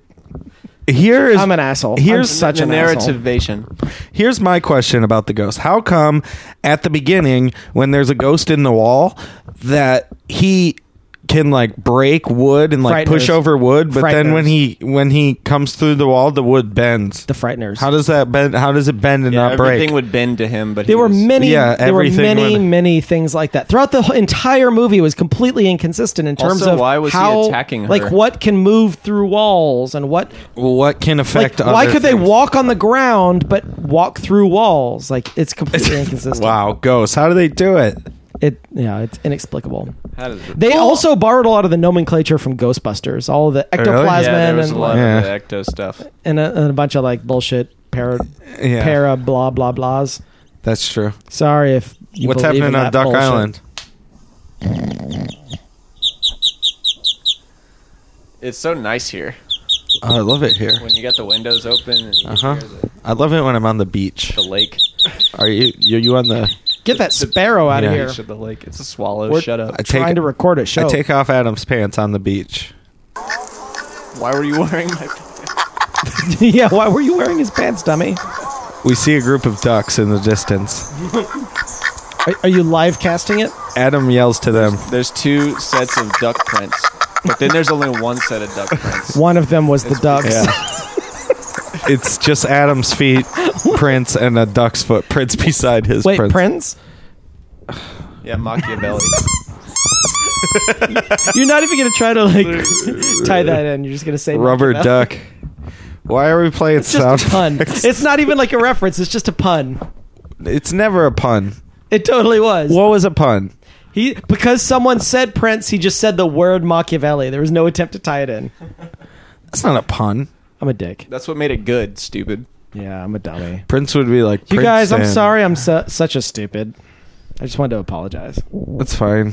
here is
I'm an asshole. I'm
Here's
such
the
an asshole.
narrativation.
here's my question about the ghost. How come at the beginning when there's a ghost in the wall that he can like break wood and like push
Frighteners.
over wood, but then
Frighteners.
when he when he comes through the wall, the wood bends.
The frighteners.
how does that bend? How does it bend and not
everything
break?
would bend to him, but he
there were
was-
many.
Yeah,
there were
everything
many,
went-
many things like that throughout the whole- entire movie. It was completely inconsistent in terms
Also,
of
why was he
how,
attacking her?
Like what can move through walls and what.
what can
Like,
affect?
why
other
could they
things?
walk on the ground but walk through walls? Like it's completely inconsistent.
Wow, ghosts. How do they do it?
It yeah, it's inexplicable.
How does it-
They also borrowed a lot of the nomenclature from Ghostbusters, all of the ectoplasm
yeah, there was
and
a lot
Yeah.
of the ecto stuff.
and, a, and a bunch of like bullshit para,
Yeah,
para blah blah blahs.
that's true.
Sorry if you
What's
believe in
happening on
that
Duck
bullshit.
Island?
It's so nice here
Oh, I love it here.
when you got the windows open and you can
Uh-huh.
hear the,
I love it when I'm on the beach.
the lake.
Are you? Are you on the?
Get that sparrow out
Yeah.
of
The
here.
beach of the lake. It's a swallow.
We're-
Shut up.
I take.
Trying to record a show.
I take off Adam's pants on the beach.
Why were you wearing my?
yeah, why were you wearing his pants, dummy?
We see a group of ducks in the distance.
Are, are you live casting it?
Adam yells to them.
There's two sets of duck prints. But then there's only one set of duck prints.
One of them was the ducks.
it's just Adam's feet prints and a duck's footprints beside his
Wait,
prints.
Prince?
Yeah, Machiavelli.
You're not even gonna try to like tie that in. You're just gonna say
Rubber
Machiavelli.
duck. Why are we playing
It's just a
sound
pun.
effects?
It's not e- even like a reference. It's just a pun.
It's never a pun.
It totally was.
What was a pun?
He because someone said Prince, he just said the word Machiavelli. There was no attempt to tie it in.
That's not a pun.
I'm a dick.
That's what made it good, stupid.
Yeah, I'm a dummy.
Prince would be like,
You
"Prince
guys, I'm
and-"
sorry. I'm su- such a stupid. I just wanted to apologize.
That's fine.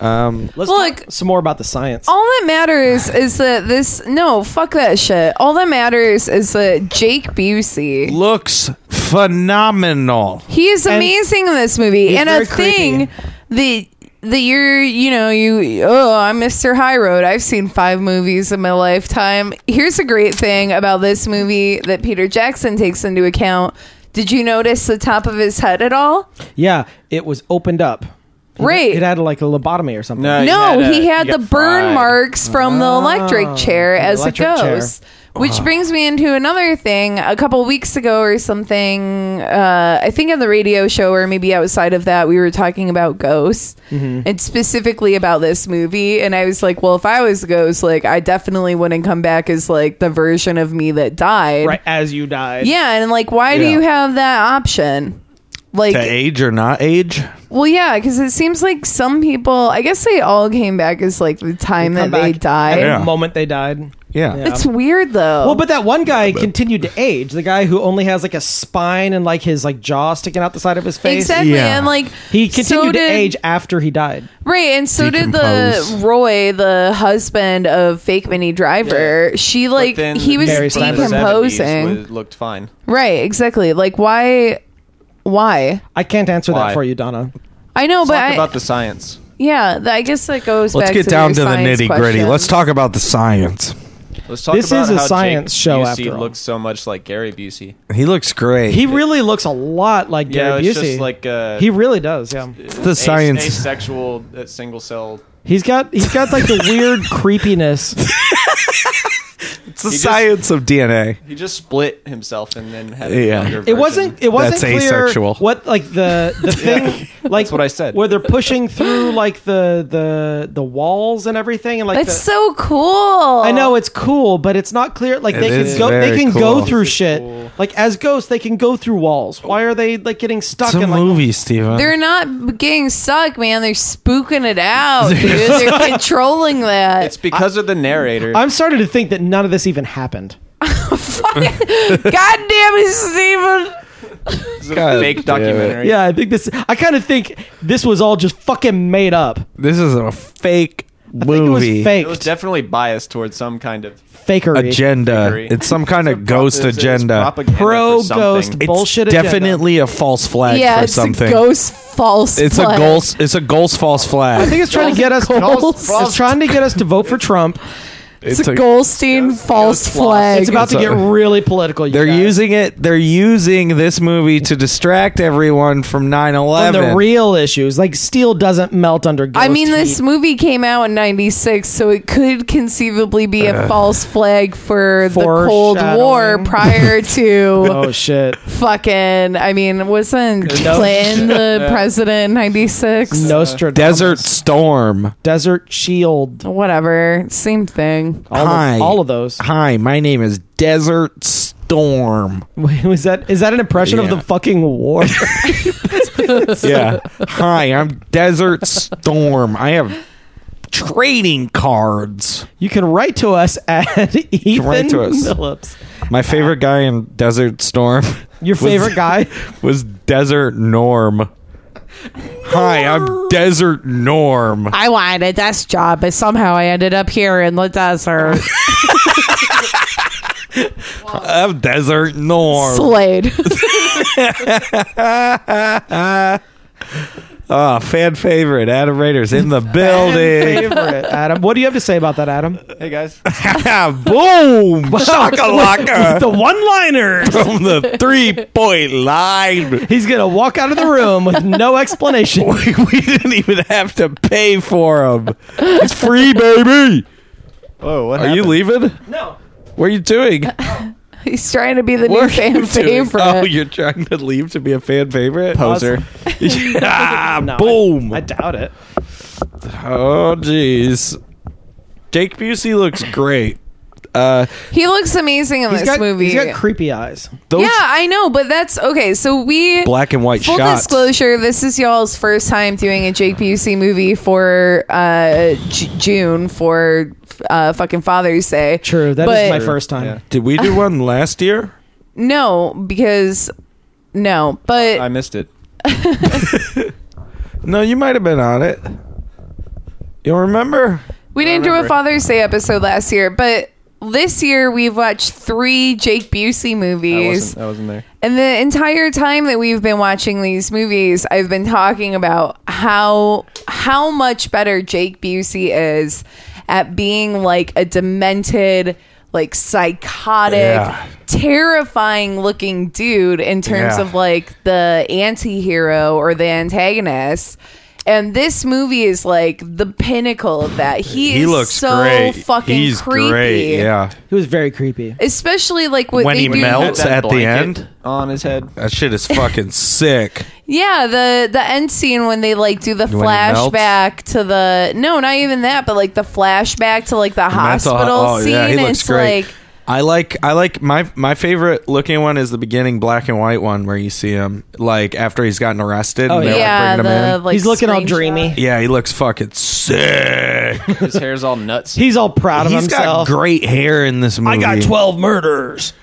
Um,
Let's
Look-
talk some more about the science.
All that matters is that this no fuck that shit. All that matters is that Jake Busey.
looks phenomenal.
He is
And-
amazing in this movie,
He's
and
very
a thing that that you're, you know, you oh, I'm Mr. High Road. I've seen five movies in my lifetime. Here's a great thing about this movie that Peter Jackson takes into account. Did you notice the top of his head at all?
Yeah, it was opened up.
Right.
It had like a lobotomy or something.
No,
no, he had,
he got
the burn
fried.
marks from the electric chair
Oh, the
as
electric
it
chair.
goes. Which brings me into another thing. A couple weeks ago or something, uh, I think on the radio show or maybe outside of that, we were talking about ghosts
Mm-hmm.
and specifically about this movie. And I was like, well, if I was a ghost, like, I definitely wouldn't come back as like the version of me that died.
Right as you died.
Yeah. And like, why do
Yeah.
you have that option? Like,
To age or not age?
well, yeah, because it seems like some people, I guess they all came back as like the time that
Come
they
back At
died. Oh.
Yeah.
the moment they died.
Yeah.
Yeah.
It's weird though.
Well, but that one guy continued to age. The guy who only has like a spine and like his like jaw sticking out the side of his face.
exactly,
Yeah.
and like
He continued
so
to
did-
age after he died.
right? And so did
Decompose.
the Roy, the husband of Fake Minnie Driver. She
But
like
then
he
the
was
Mary
deep in the
Steinberg.
70s
decomposing.
was- looked fine.
Right? Exactly. Like why? Why?
I can't answer
Why?
that for you, Donna.
I know, but
Talk
I,
about the science.
yeah, th- I guess that goes.
Let's
back
get
to
down
your
to the
science
nitty gritty.
question.
Let's talk about the science.
Let's talk
This
about
is a
how
science
Jake
show
Busey
after all.
looks so much like Gary Busey.
He looks great.
He really looks a lot like
Yeah,
Gary
it's
Busey.
just like uh,
he really does. Yeah,
the science.
asexual uh, single cell.
he's got he's got like the weird creepiness.
it's the
just-
science of DNA.
He just split himself and then had a
Yeah.
younger
It
version.
wasn't. It wasn't
That's
clear
asexual.
what like the the thing. like
That's what I said.
Where they're pushing through like the the the walls and everything and like
That's
the-
so cool.
I know it's cool, but it's not clear. Like
It
they
is
can go, they
very
can
cool.
go through
This is
shit.
cool.
Like as ghosts, they can go through walls. Why are they like getting stuck
It's a
in like?
movie, Steven.
They're not getting stuck, man. They're spooking it out, dude. They're controlling that.
It's because of the narrator.
I'm starting to think that none of this even happened.
God damn it, Steven.
It's a
God
fake
damn it.
documentary.
Yeah, I think this. I kind of think this was all just fucking made up.
this is a fake
I think it was
movie
fake,
It was definitely biased towards some kind of
fakery.
agenda.
Agree.
It's some kind of
It's
ghost
it's
agenda.
propaganda for
Pro
something.
ghost.
It's
bullshit agenda.
definitely a false flag
yeah,
for
it's
something.
a ghost false.
It's
flag.
a ghost. It's a ghost false flag.
I think it's trying to get us.
Goals.
It's trying to get us to vote for Trump.
It's, a, Goldstein false
ghost
flag.
It's about to
That's
get
a-
really political. You
uh, They're
guys.
using it. They're using this movie to distract everyone from 9
on
11.
the real issues. Like steel doesn't melt under. Ghost
I mean, this
heat.
movie came out in '96, so it could conceivably be a false flag for the Cold War
Foreshadowing.
prior to
Oh shit!
fucking. I mean, wasn't
No
Clinton the president in '96?
Nostra
Desert Storm.
Desert Shield.
Whatever, same thing.
All,
Hi.
Of, all of those.
Hi, my name is Desert Storm.
Wait, was that is that an impression of
Yeah.
the fucking war?
yeah. Hi, I'm Desert Storm. I have trading cards.
you can write to us at Ethan
write to us.
Phillips.
My favorite guy in Desert Storm
Your
Was-
favorite guy.
was Desert Norm. Hi, I'm Desert Norm.
I wanted a desk job, but somehow I ended up here in the desert.
I'm Desert Norm.
Slade.
Ah, fan favorite, Adam Raiders in the building.
Favorite, Adam. What do you have to say about that, Adam?
Hey guys.
Ah, Boom! Shakalaka
the one liner.
from the three point line.
He's gonna walk out of the room with no explanation.
We, we didn't even have to pay for him. It's free, baby.
Whoa, what
Are you leaving?
No.
What are you doing?
He's trying to be the
What
new
are you
fan
doing?
favorite.
Oh, you're trying to leave to be a fan favorite?
Poser.
yeah,
No, I-
boom.
I doubt it.
oh, jeez. Jake Busey looks great. Uh,
he looks amazing in
He's
this
got,
movie.
he's got creepy eyes.
those
yeah, I know, but that's okay. So we
black and white
full
shots.
disclosure: this is y'all's first time doing a Jake Busey movie for uh, J- June for uh, fucking Father's Day.
True, that is
But-
my first time.
Yeah.
Did we do one last year?
No, because no, but
I missed it.
No, you might have been on it. You don't remember?
we didn't do a Father's Day episode last year. But this year we've watched three Jake Busey
I
movies.
wasn't, I wasn't there.
And the entire time that we've been watching these movies, I've been talking about how how much better Jake Busey is at being like a demented, like psychotic,
Yeah.
terrifying looking dude in terms
Yeah.
of like the anti-hero or the antagonist. And this movie is like the pinnacle of that. He,
He
is
looks
so
great.
fucking
He's
creepy.
great. Yeah.
He was very creepy.
Especially like what
When
they
he
do
melts.
Had that
at the
blanket
end?
on his head.
That shit is fucking sick.
Yeah, the the end scene when they like do the
When he melts?
flashback to the no, not even that, but like the flashback to like the
Mental-
hospital
oh,
scene.
yeah, he looks
it's
great.
like
I like I like my my favorite looking one is the beginning black and white one where you see him like after he's gotten arrested
Oh,
and
yeah.
they're
yeah,
like, bringing him
the
in.
like
he's looking all
screenshot.
dreamy.
yeah, he looks fucking sick.
His hair's all nuts.
He's all proud of
He's got
himself.
great hair in this movie. Uh,
twelve murders.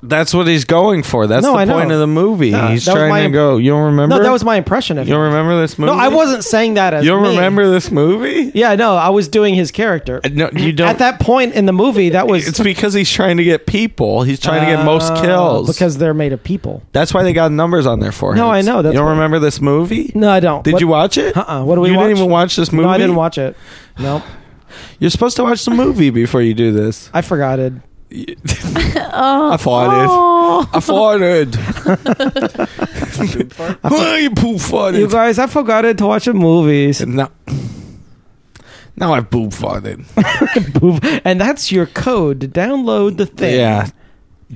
That's what he's going for. That's
No,
the
I know.
point of the movie.
No,
he's
that was
trying
my
to
imp-
go. You don't remember?
No, that was my impression of
You
him.
don't remember this movie?
No, I wasn't saying that as
You don't
me.
remember this movie? Uh,
Yeah, no, I was doing his character.
No, you don't.
At that point in the movie, that was
it's because he's trying to get people. He's trying to get most
Uh,
kills.
because they're made of people.
that's why they got numbers on their foreheads.
No, I know, that's
you don't
why.
remember this movie?
No, I don't.
Did you watch it?
Uh-uh. What do we
You
watch?
didn't even watch this movie.
No, I didn't watch it. No,
You're supposed to watch the movie before you do this.
I forgot it.
I farted.
Oh,
I farted. Why you poop farted?
You guys, I forgot it to watch the movies.
No. Now I've boob farted.
and that's your code to download the thing.
Yeah.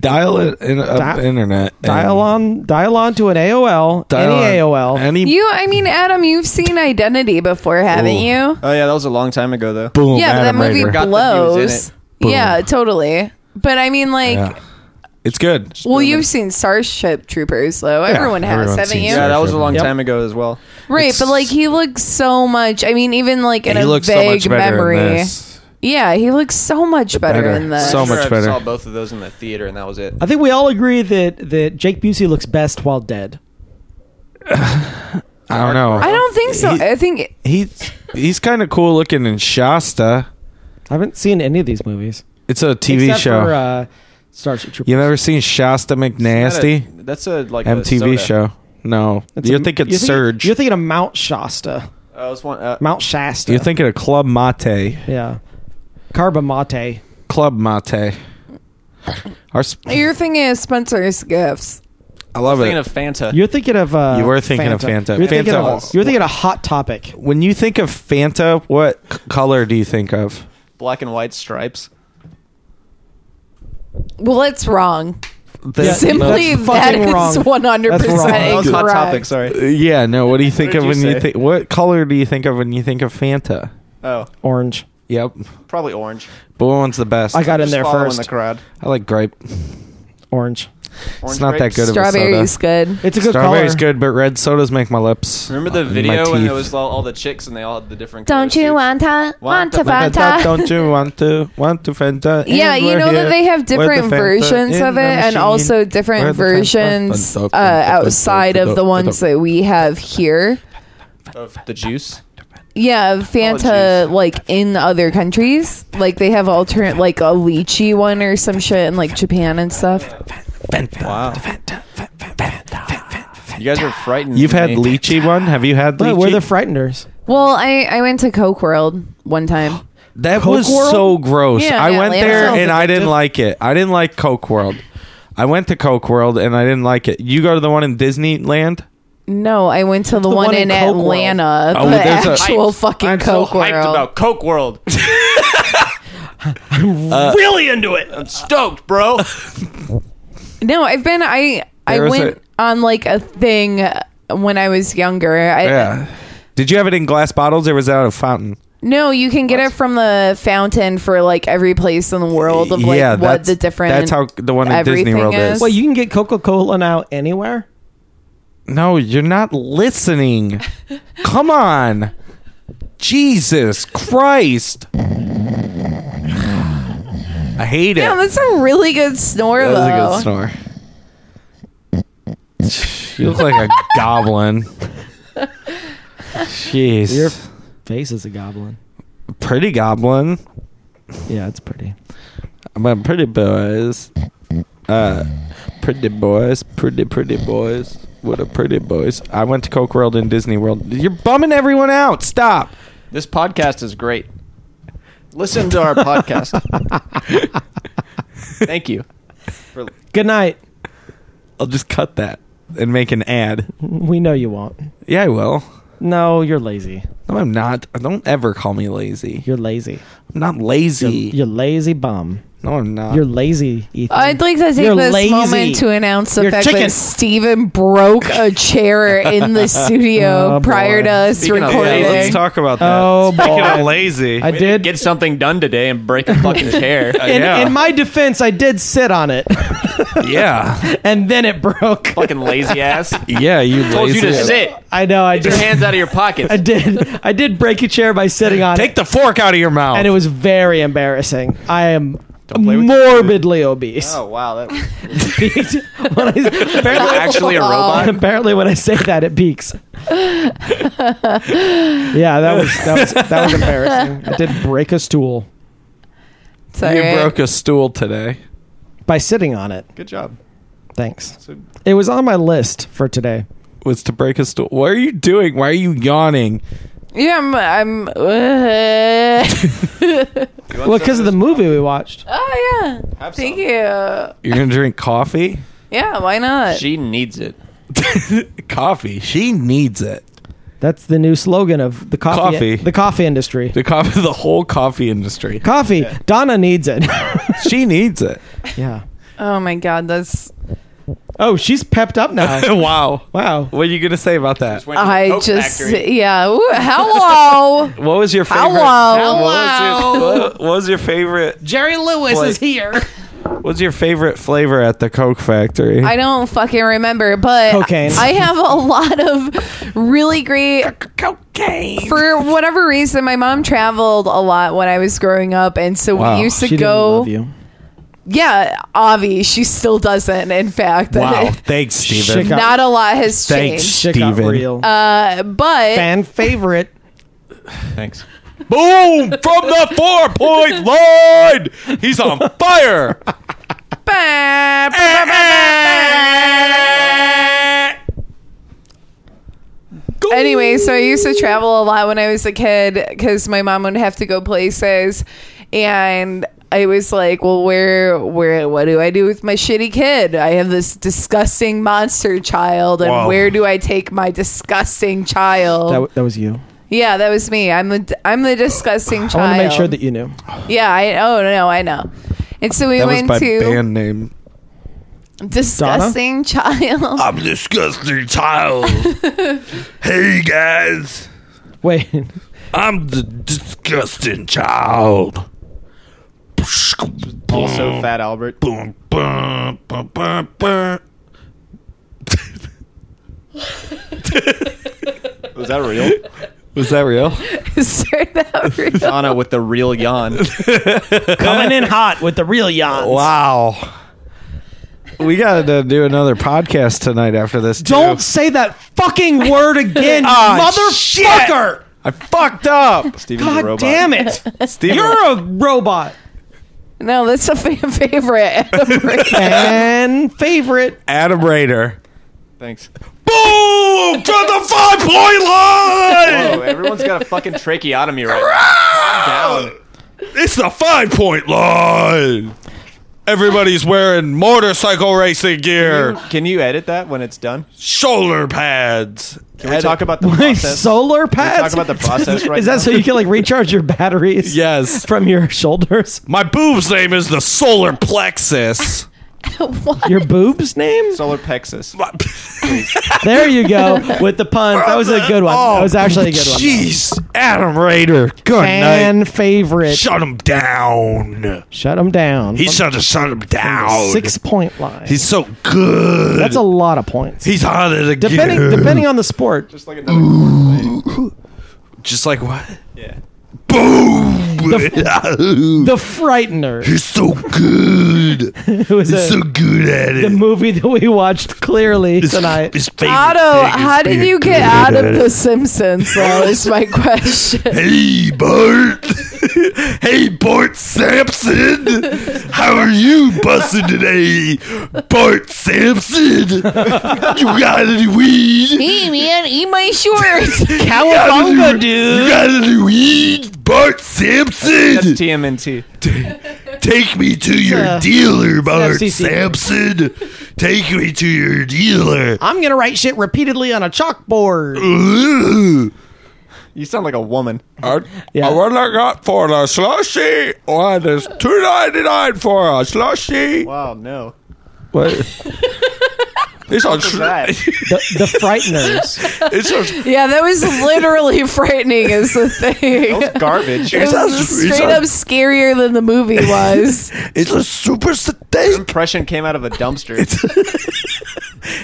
Dial it in up
Dial-
internet. and-
Dial on, dial on to an AOL,
dial
any
on
AOL.
Any
you. I mean, Adam, you've seen Identity before, haven't
Ooh.
you?
oh yeah, that was a long time ago though.
boom.
yeah, but that
Adam
movie
Rader.
Forgot that he was in
blows.
it.
Boom.
Yeah, totally. But I mean, like,
Yeah. It's good.
well, you've seen Starship Troopers, though. everyone has,
everyone's
haven't
seen
you?
Star-
Yeah, that was a long
Yep.
time ago as well.
Right,
It's-
but like he looks so much. I mean, even like in
he
a
looks so
vague
much better
memory.
in this.
Yeah, he looks so much better,
better.
in this.
So
I'm sure
much
I
better.
saw both of those in the theater, and that was it.
I think we all agree that that Jake Busey looks best while dead.
I don't know.
I don't think so.
He-
I think
He's he's kind of cool looking in Shasta.
I haven't seen any of these movies.
It's a TV
Except
show.
For, uh, Starship Troopers.
you never seen Shasta McNasty?
Not a- that's a like a
MTV
soda.
show. No,
It's
you're
a-
thinking
you're
Surge.
You're thinking of Mount Shasta.
I was one. Uh,
Mount Shasta.
You're thinking of Club Mate.
Yeah. Carbamate.
Club Mate. Our sp-
you're thinking of Spencer's gifts.
I love
thinking
it.
of Fanta.
You're thinking of. Uh,
You were thinking of Fanta.
You're thinking
Fanta
of.
was-
You're thinking of Hot Topic.
when you think of Fanta, what c- color do you think of?
black and white stripes.
Well, it's wrong.
The-
Yeah,
Simply
that's
that
fucking
is
wrong.
one hundred
That's wrong.
percent
That was hot
incorrect.
topic. Sorry.
Uh, yeah, no. What do you think
What
of
did
when
you
you,
say?
think? What color do you think of when you think of Fanta?
Oh,
Orange.
Yep,
probably orange.
blue one's the best.
I got in
Just
there
following
first.
the crowd.
I like grape.
Orange.
Orange
it's not
grapes.
that good of a
Strawberry's
soda.
good.
It's a good
Strawberry's
color.
good, but red sodas make my lips.
Remember the
and my
video when
teeth.
there was all, all the chicks and they all had the different.
Don't
color
you
suits?
want to want
Want
to
to
Da, da, da,
Fanta?
Don't you want to want to Fanta?
Yeah,
And
you
we're
know
here
that they have
with the
different
Fanta
versions
in
of it,
the
and
machine.
also
Where
different
the Fanta-
versions
Fanta-
uh,
Fanta-
outside of the ones that we have here.
Of the juice.
Yeah, Fanta
jeez.
like in other countries, like they have alternate like a lychee one or some shit in like Japan and stuff.
Fanta.
Wow. You guys are frightened.
You've had
me.
lychee one? Have you had lychee?
We're the frighteners.
Well, I, I went to Coke World one time.
That
Coke
was
World?
so gross.
Yeah,
I
yeah,
went
Lance
there
Sounds
and I didn't
addictive.
like it. I didn't like Coke World. I went to Coke World and I didn't like it. You go to the one in Disneyland?
No, I went to the,
the
one,
one
in,
in Coke World.
Atlanta.
Oh,
the
there's a-
actual fucking
I'm
Coke
so hyped
World.
about Coke World. Uh,
really into it.
I'm stoked, bro.
No, I've been. I I
There was
went on like a thing when I was younger. I,
Yeah. Did you have it in glass bottles or was it out of fountain?
No, you can get it from the fountain for like every place in the world of like
yeah,
what
that's
the different.
That's how the one in Disney
everything
World
is.
is.
Well, you can get Coca Cola now anywhere.
no, you're not listening. Come on. Jesus Christ. I hate it.
Damn, that's a really good snore
That was
though.
a good snore. You look like a goblin. Jeez.
Your face is a goblin.
pretty goblin.
Yeah, it's pretty.
I'm a pretty boys. Uh, pretty boys. Pretty, pretty boys. What a pretty boys. I went to Coke World and Disney World. You're bumming everyone out. Stop.
This podcast is great. Listen to our podcast. Thank you. For,
Good night.
I'll just cut that and make an ad.
We know you won't.
Yeah, I will.
No, you're lazy.
No, I'm not. Don't ever call me lazy.
You're lazy.
I'm not
You're,
lazy.
you're lazy bum.
no, I'm not.
You're lazy, Ethan.
I'd like to take
You're
this
lazy.
moment to announce the
You're
fact
chicken.
that Steven broke a chair in the studio
Oh,
prior
boy.
to us
Speaking of
Yeah,
recording.
lazy.
let's talk about that.
Oh,
Speaking of
boy.
lazy,
I did.
get something done today and break a fucking chair.
in,
yeah.
in my defense, I did sit on it,
yeah,
and then it broke.
fucking lazy ass.
yeah, you
Told
lazy.
you to sit.
I know. I
Get your
just.
hands out of your pockets.
I did. I did break a chair by sitting on
Take
it,
the fork out of your mouth.
and it was very embarrassing. I am
play with
morbidly obese.
Oh, wow, that
when I,
actually a robot.
apparently, when I say that, it peaks. yeah, that was that was that was embarrassing. I did break a stool
It's all
you
right.
broke a stool today.
by sitting on it.
Good job.
Thanks.
So-
It was on my list for today.
Was to break a stool. What are you doing? Why are you yawning?
Yeah, I'm. I'm uh,
Well, because of the movie we watched.
oh yeah.
Have
Thank
some.
you.
You're gonna drink coffee.
Yeah, why not?
She needs it.
coffee. She needs it.
That's the new slogan of the coffee,
Coffee.
the coffee industry.
The coffee. The whole coffee industry.
coffee. Donna needs it.
she needs it.
yeah.
oh my god, that's.
Oh, she's pepped up now.
wow.
wow.
What are you gonna say about that?
Went to the
I
Coke
just
factory.
yeah. Ooh, hello.
What was your favorite? What
Hello.
was your, what was your favorite?
Jerry Lewis
Like- is
here.
What's your favorite flavor at the Coke Factory?
I don't fucking remember, but
Cocaine.
I have a lot of really great
cocaine.
for whatever reason. My mom traveled a lot when I was growing up, and so
Wow.
we used to
She didn't
go.
love you.
Yeah, Avi. She still doesn't. In fact,
Wow. Thanks, Steven.
Shit got-
not a lot has
Thanks.
changed.
Shit got
Steven.
real.
Uh, but
Fan favorite.
Thanks.
Boom! From the four point line! He's on fire!
Bah, bah, bah, bah, bah, bah. Anyway, so I used to travel a lot when I was a kid because my mom would have to go places, and I was like, "Well, where, where, what do I do with my shitty kid? I have this disgusting monster child, and
Wow.
where do I take my disgusting child?"
That, w- that was you.
yeah, that was me. I'm the, I'm the disgusting
I
child.
want to make sure that you knew.
yeah, I oh no, I know. And so we
That was
went
my
to
band name.
disgusting child.
I'm disgusting child. hey guys,
Wait.
I'm the disgusting child.
Also, Fat Albert.
Boom, boom, boom, boom, boom.
Was that real?
Was that real?
Is there that real?
Donna with the real yawn.
Coming in hot with the real yawns.
Wow. We got to do another podcast tonight after this. too.
Don't say that fucking word again, you
Ah,
motherfucker!
I fucked up.
Steven's a
God
robot.
damn it!
Steven,
You're a robot.
No, that's a fan favorite.
And favorite.
Adam Rader.
Thanks.
Boom! Boom! To the five point line!
Whoa, everyone's got a fucking tracheotomy right now. Calm down.
It's the five point line! Everybody's wearing motorcycle racing gear,
Can you edit that when it's done?
shoulder pads.
Can we talk about the
Like
process?
solar pads.
about the process right
Is that
now?
so you can like recharge your batteries?
Yes.
From your shoulders.
My boob's name is the solar plexus.
what?
Your boobs name?
Solar plexus.
My-
There you go with the puns. That was a good one.
Oh,
That was actually a good one.
Jeez, Adam Rader. Good
Fan
night.
favorite.
Shut him down.
Shut him down.
He's trying to shut him down.
six point line.
He's so good.
That's a lot of points.
He's hot at a
Depending depending on the sport,
Just like another.
Just like what?
Yeah.
Boom!
the Frightener,
He's so good.
who is
He's so
a,
good at it.
the movie that we watched clearly
His-
tonight.
his favorite
Otto,
thing is
how did
being
you
good
get out
at
of
it.
The Simpsons? Though is my question.
Hey, Bart. hey, Bart Sampson. How are you busting today, Bart Sampson? You got any weed?
Hey man, eat my shorts.
Cowabunga,
You
dude.
got any weed, Bart
That's
Sampson?
TMNT.
Take me to your
uh,
dealer, Bart
FCC.
Sampson. Take me to your dealer.
I'm gonna write shit repeatedly on a chalkboard.
Ooh.
You sound like a woman.
I,
Yeah.
I what I got for the slushy? Why there's two ninety nine for a slushy?
Wow, no.
What? it's a sl-
that?
The, Uh, the Frighteners.
it's a
yeah, that was literally frightening. Is the thing.
That was garbage.
It
It's a-
was
it's
straight
a-
up scarier than the movie was.
it's a super steak.
impression came out of a dumpster.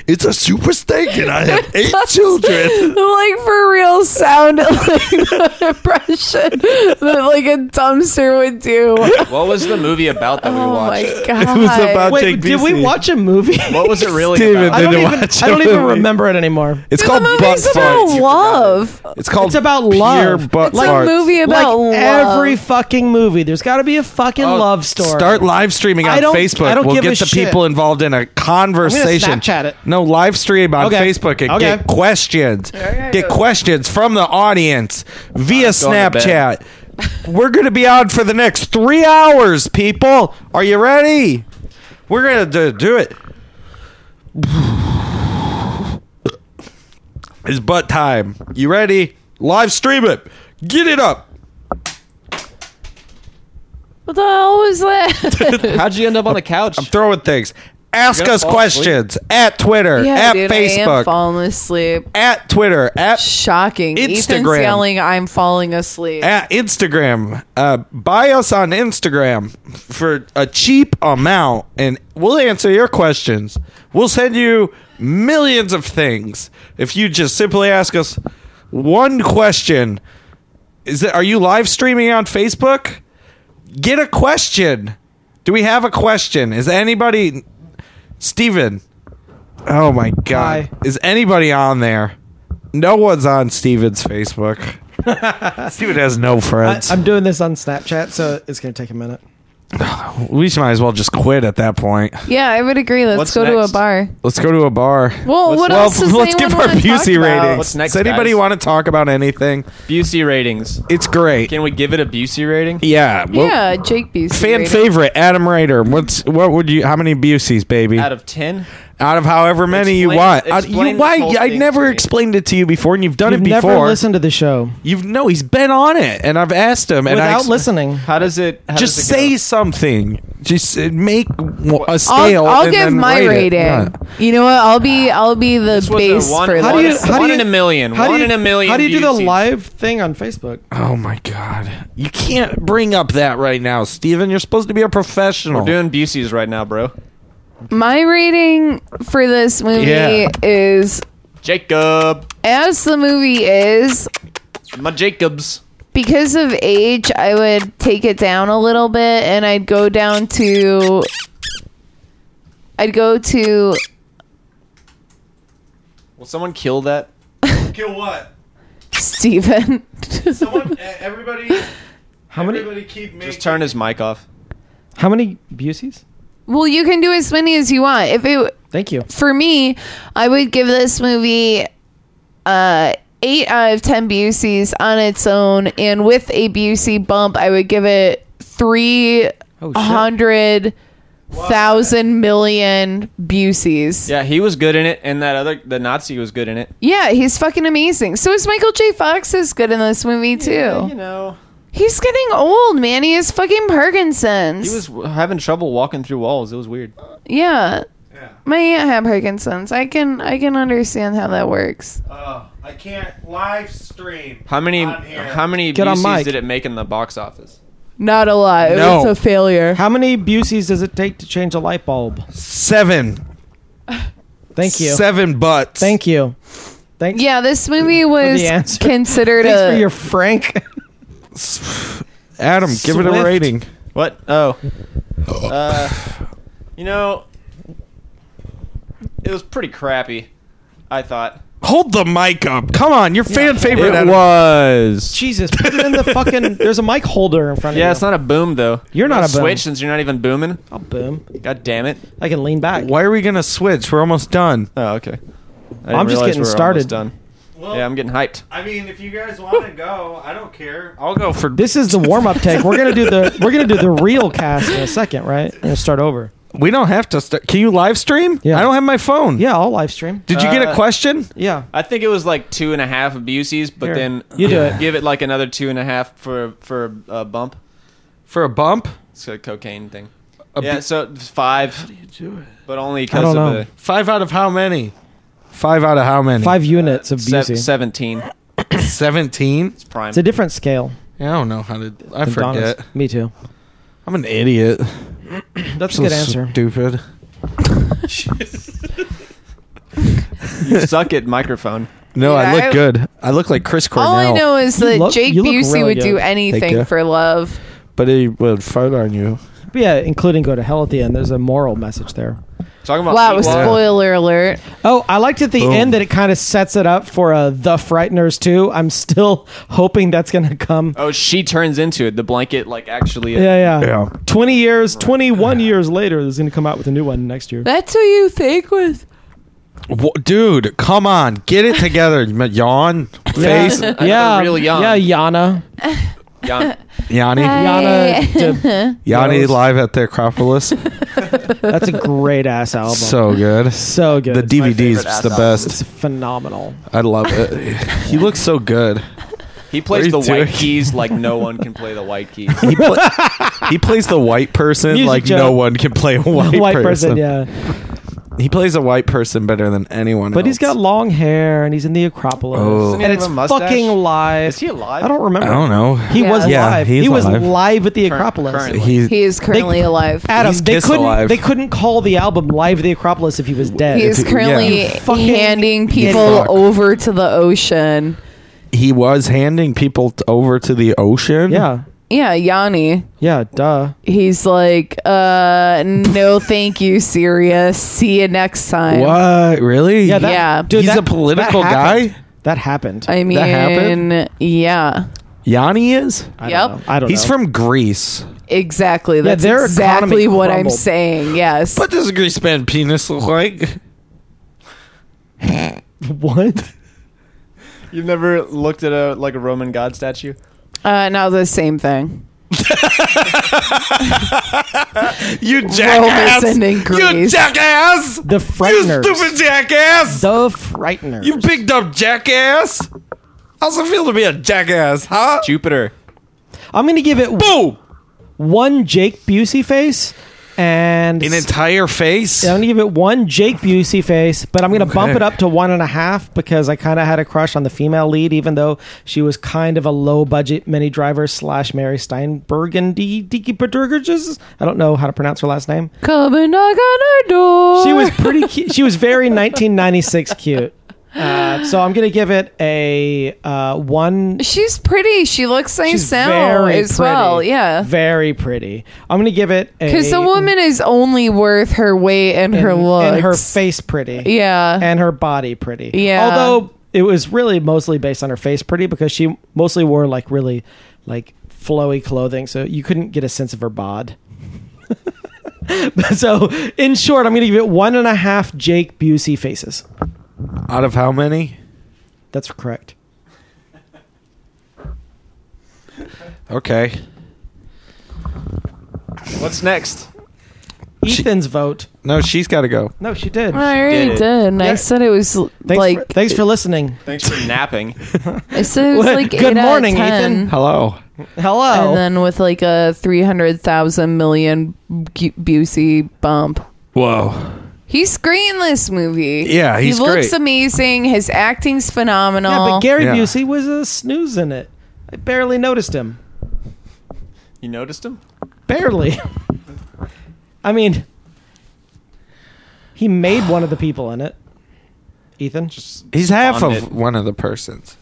It's a super steak, and I have eight children.
like for real sound like the impression that like a dumpster would do.
what was the movie about that we
Oh my
watched?
god.
about-
Wait,
Take
did we
BC.
watch a movie?
What was it really
Steven,
about?
I don't
Did you
even.
watch
I don't
a
even
movie?
remember it anymore.
It's
the movie's about love.
It's called
It's about love.
butt
It's a movie
Like
about love.
every fucking movie, there's got to be a fucking love story.
Oh, Start live streaming
I
on
don't- I
Facebook.
don't
We'll
give a
get the
shit.
people involved in a conversation.
Snapchat it.
No, live stream on
Okay.
Facebook and
Okay.
get questions. Get questions from the audience via
going to
Snapchat. We're going to be on for the next three hours, people. Are you ready? We're going to do it. It's butt time. You ready? Live stream it. Get it up.
What the hell was that?
How'd you end up on the couch?
throwing things. Ask
gonna
us
fall asleep?
questions at Twitter,
yeah,
at
dude, I am
Facebook,
falling asleep.
at Twitter, at
Shocking. Ethan's
Instagram.
yelling, I'm falling asleep.
at Instagram. Uh, buy us on Instagram for a cheap amount, and we'll answer your questions. We'll send you millions of things if you just simply ask us one question. Is it? Are you live streaming on Facebook? Get a question. Do we have a question? Is anybody, Steven? Oh my God!
Hi.
Is anybody on there? No one's on Steven's Facebook. Steven has no
I,
friends.
I'm doing this on Snapchat, so it's gonna take a minute.
we might as well just quit at that point.
yeah, I would agree. Let's
What's
go
next?
to a bar.
Let's go to a bar.
Well,
Let's-
what
well,
else does
let's
anyone
give our
wanna talk
Busey
about?
ratings.
What's next,
Does anybody
guys?
want to talk about anything?
Busey ratings.
It's great.
Can we give it a Busey rating?
yeah. well,
yeah, Jake Busey.
Fan
rating.
favorite Adam Rader. What's what would you? How many Buseys, baby?
Out of ten?
Out of however many you
Explain-
want. Out-
explain
you,
this
why?
whole
I
thing
never
to me.
explained it to you before, and you've done
You've
it before.
never listened to the show
You've no. He's been on it, and I've asked him, and I
without
expl-
listening.
How does it? How
Just
does it
say
go?
something. Just uh, make w- a scale.
I'll, I'll
and
give
then
my
rate it.
rating.
Yeah.
You know what? I'll be I'll be the
was a
base
one-
for
how
that.
do you- how- One in a million.
How
One
do you,
in a million
How do you do the
Buseys.
live thing on Facebook?
Oh my god. You can't bring up that right now, Steven. You're supposed to be a professional.
We're doing Buseys right now, bro.
My rating for this movie
Yeah.
is
Jacob,
as the movie is
my Jacobs.
because of age. I would take it down a little bit, and I'd go down to I'd go to
Will someone kill that?
Kill what?
Steven.
everybody
How many?
keep me
Just turn his mic off.
How many Buseys?
well, you can do as many as you want. If it
Thank you.
for me, I would give this movie uh, eight out of ten Buseys on its own, and with a Busey bump, I would give it three
Oh,
hundred thousand million Buseys.
Yeah, he was good in it, and that other the Nazi was good in it.
Yeah, he's fucking amazing. So is Michael J. Fox is good in this movie too.
You know,
He's getting old, man. He has fucking Parkinson's.
he was having trouble walking through walls. It was weird.
yeah. My aunt had Parkinson's. I can I can understand how that works.
I can't live stream.
How many
On here.
how many
Get on
BCs
mic.
did it make in the box office?
Not a lot. It
No.
was a failure.
How many Buseys does it take to change a light bulb?
Seven.
Thank you.
Seven butts.
Thank you. Thanks.
yeah, this movie was
answer.
considered
Thanks
a
for your Frank.
Adam, give it a
Swift.
rating.
What? Oh, uh, you know, it was pretty crappy. I thought
Hold the mic up. Come on, your fan favorite. Adam.
was.
Jesus, put it in the fucking. There's a mic holder in front of you.
Yeah, it's not a boom though.
You're not a boom.
switch since you're not even booming.
I'll boom.
God damn it!
I can lean back.
Why are we gonna switch? We're almost done.
Oh,
I'm
okay. I didn't
just
realize
getting
we were almost
started.
Done. yeah, I'm getting hyped.
I mean, if you guys want to go, I don't care. I'll go for
This is the warm up take. We're gonna do the we're gonna do the real cast in a second, right? And start over.
We don't have to. Start. Can you live stream?
Yeah.
I don't have my phone.
Yeah, I'll live stream.
Did you get a
Uh,
question?
Yeah,
I think it was like two and a half abuses, but
Here.
then
You do
give-
it.
Give it like another two and a half for for a bump.
For a bump?
It's a cocaine thing.
A
yeah,
bu-
so it's five, but only
I
because
don't
of
know.
the
Five out of how many? Five out of how many?
five units of
se-
Busey.
seventeen.
Seventeen?
It's prime.
It's a different scale.
Yeah, I don't know how to. I
than Donna's.
forget.
Me too.
I'm an idiot.
That's a good answer.
Stupid.
you suck at microphone.
No, I
Yeah,
look
I-
good. I look like Chris Cornell.
All I know is
You
that
look-
Jake
you look
Busey
really
would do
good.
you.
anything for love.
but he would fart on you.
But yeah, including go to hell at the end. There's a moral message there.
Talking about
Wow,
meatballs.
spoiler alert.
Oh, I liked at the
Boom.
end that it kind of sets it up for uh, the Frighteners too. I'm still hoping that's gonna come.
Oh, she turns into it. The blanket, like actually.
Yeah, yeah.
Yeah.
Twenty years, twenty-one years later, there's gonna come out with a new one next year.
That's who you think was.
Wha- Dude, come on, get it together. You meant Yawn, face,
I
yeah,
never really yawned.
yeah, Yana,
Yeah.
Yanni,
Yana. de-
Yanni
Rose.
live at the Acropolis.
That's a great ass album.
so good.
so good.
The DVD's
favorite
the
ass
best.
It's phenomenal.
I love it. he looks so good.
He
What
plays
are
the
you
white
doing?
keys like no one can play the white keys.
He, pla- he plays the white person
Music
like
joke.
no one can play a white,
White person, yeah.
He plays a white person better than anyone
But he's got long hair and he's in the Acropolis.
Oh. Doesn't he
And
have
it's
a mustache?
fucking live.
Is he alive?
I don't remember.
I don't know.
He was
Yeah,
live.
he's
He was
alive.
live at the Acropolis.
currently.
He,
He is currently alive.
Adam,
He's
they
Kiss
couldn't
alive.
they couldn't call the album Live at the Acropolis if he was dead.
He is
Yeah.
currently
You
fucking
handing people
fuck.
over to the ocean.
he was handing people t- over to the ocean.
yeah.
Yeah, Yanni.
Yeah, duh.
He's like, uh, no, thank you, Sirius. See you next time.
What? Really?
Yeah, that,
Yeah.
Dude,
He's
that-
a political
that happened.
guy?
That happened.
I mean,
happened?
yeah,
Yanni is.
I
yep.
don't know. I don't
He's
know.
from Greece.
exactly. That's
their
exactly
economy
what I'm
crumbled.
saying. Yes.
What does a grease man penis look like?
what?
You've never looked at a like a Roman god statue.
uh, now the same thing.
You jackass!
isn't in
You
Greece.
jackass!
The
you
Frighteners.
stupid jackass!
The Frighteners.
you big dumb jackass! How's it feel to be a jackass, huh?
Jupiter.
I'm gonna give it
Boom!
one Jake Busey face and
An entire face?
I'm gonna give it one Jake Busey face, but I'm gonna bump
Okay.
it up to one and a half because I kind of had a crush on the female lead, even though she was kind of a low budget mini driver slash Mary Steinbergen Dickie I don't know how to pronounce her last name.
Come and knock on our door.
She was pretty. cute. She was very 1996 cute. Uh, so I'm gonna give it a uh, one.
She's pretty. She looks like
She's
Sal
very
as
pretty.
well. Yeah.
very pretty. I'm gonna give it a
Because a woman is only worth her weight and her
and-
looks.
and her face pretty.
Yeah.
and her body pretty.
Yeah.
Although it was really mostly based on her face pretty because she mostly wore like really like flowy clothing, so you couldn't get a sense of her bod. so in short, I'm gonna give it one and a half Jake Busey faces.
Out of how many?
That's correct.
Okay.
What's next?
Ethan's vote.
No, she's got to go.
No, she did.
I already
Did it.
did. and I
Yeah.
said it was l-
Thanks,
like.
for, thanks for listening.
Thanks for napping.
I said it was
What?
like.
Good
eight out of
morning,
10,
Ethan.
Hello.
Hello.
And then with like a three hundred thousand million Bu- Busey bump.
Whoa.
He's great in this movie.
Yeah, he's
he looks
great.
amazing. His acting's phenomenal.
yeah, but Gary
Yeah.
Busey was a snooze in it. I barely noticed him.
You noticed him?
Barely. I mean, he made one of the people in it. Ethan.
Just
He's half
on
of
it.
one of the persons.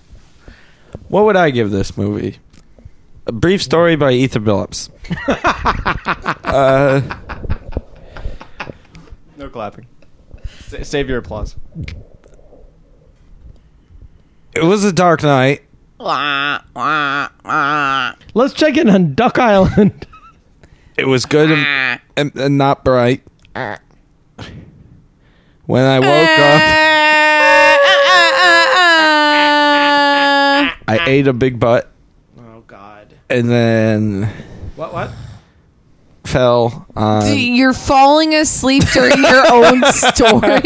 What would I give this movie? A brief story by Ethan Phillips. uh,
No clapping. Sa- save your applause.
it was a dark night.
Let's check in on Duck Island.
It was good and, and, and not bright. When I
Oh,
woke
Um,
Uh,
up, I ate a big butt
oh God.
and then
What? What?
fell on.
You're falling asleep during your own story.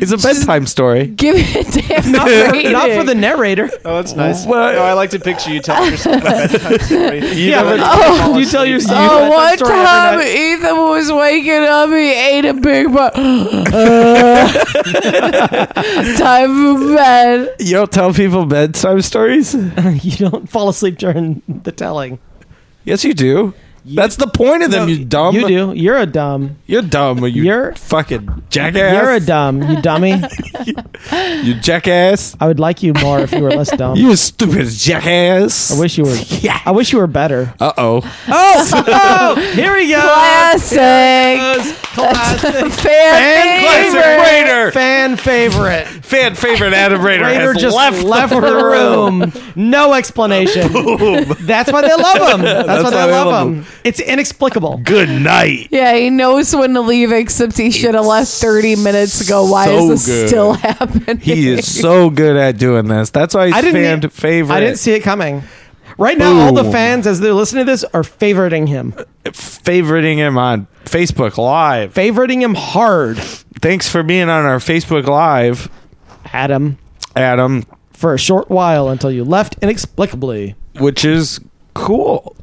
It's a bedtime story.
Give it a damn
Not for,
rating.
not for the narrator.
Oh, that's nice.
What?
No, I like to picture you telling yourself a bedtime story. You
Yeah,
never
but-
fall
you tell
asleep.
yourself-
Oh,
that
one
story every
time
night.
Ethan was waking up, he ate a big butt. time for bed.
You don't tell people bedtime stories?
you don't fall asleep during the telling.
Yes, you do. That's the point of them,
No,
you dumb.
You do. You're a dumb.
You're dumb. You
You're-
fucking jackass.
You're a dumb. You dummy.
You jackass.
I would like you more if you were less dumb.
You stupid jackass.
I wish you were.
Yeah.
I wish you were better.
Uh oh.
Here we go.
Classic.
Classic.
Fan
Classic
favorite.
Raider.
Fan favorite.
Fan favorite Adam Raider
Raider
has
just
left,
left, the room. No explanation. That's why they love him. That's, why they love, him. It's inexplicable.
Good night.
Yeah, he knows when to leave, except he should have left 30 minutes ago. Why
so
is this
good.
still happening?
He is so good at doing this. That's why he's
I didn't
fan
e-
favorite.
I didn't see it coming. Right now, all the
Boom.
fans, as they're listening to this, are favoriting him.
favoriting him on Facebook Live.
Favoriting him hard.
Thanks for being on our Facebook Live,
Adam,
Adam,
for a short while until you left inexplicably.
which is cool.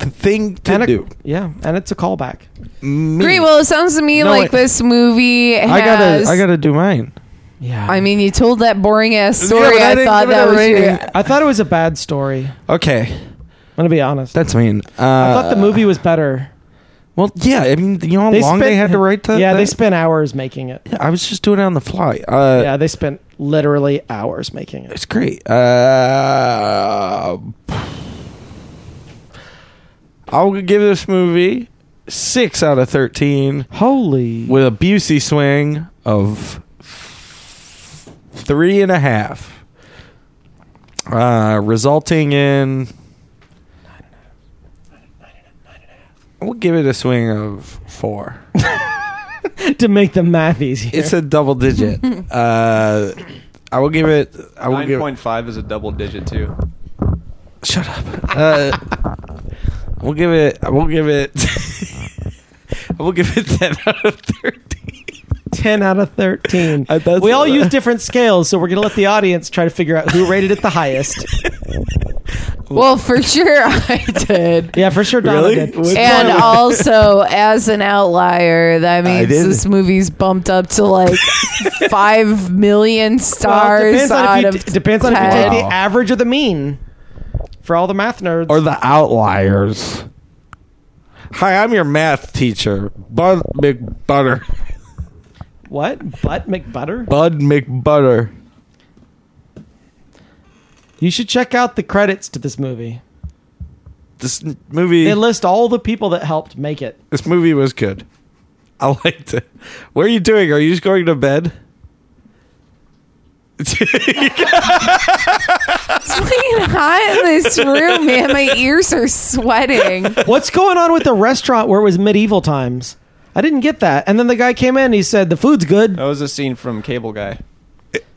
Thing to
and a-
do.
Yeah, and it's a callback.
Me.
Great. Well, it sounds to me
No, wait.
like this movie has.
I gotta, I gotta do mine.
Yeah.
I mean, you told that boring ass
Yeah,
story.
but I
I,
didn't
thought
give it
that
a
was your,
rating.
I thought it was a bad story. I'm
Okay,
going to be honest.
that's mean. Uh,
I thought the movie was better.
Well, yeah. I mean, you know how long they had to write that.
Yeah, they
that?
spent hours making it.
I was just doing it on the fly. Uh,
yeah, they spent literally hours making it.
It's great. Uh, I'll give this movie six out of thirteen
Holy.
with a Busey swing of three and a half, uh, resulting in. We'll give it a swing of four.
to make the math easier.
It's a double digit. uh, I will give it. I will
Nine
give.
point five is a double digit too.
Shut up. Uh, we'll give it. I will give it. I will give it ten out of thirteen.
10 out of 13.
Uh, that's-
we all use different scales, so we're going to let the audience try to figure out who rated it the highest.
Well, for sure I did.
Yeah, for sure, Donna
Really?
did.
What?
And
Sorry.
also, as an outlier, that means
didn't.
this movie's bumped up to like five million
Well, it
stars
depends on,
out
if you,
of
d- depends on if you
10.
take the
Wow.
average or the mean. For all the math nerds.
Or the outliers. Hi, I'm your math teacher, Bud McButter.
what? Butt McButter?
Bud McButter.
You should check out the credits to this movie.
This n- movie.
They list all the people that helped make it.
this movie was good. I liked it. What are you doing? Are you just going to bed?
It's fucking hot in this room, man. My ears are sweating.
What's going on with the restaurant where it was medieval times?
Oh.
I didn't get that. And then the guy came in. He said the food's good.
That was a scene from Cable Guy.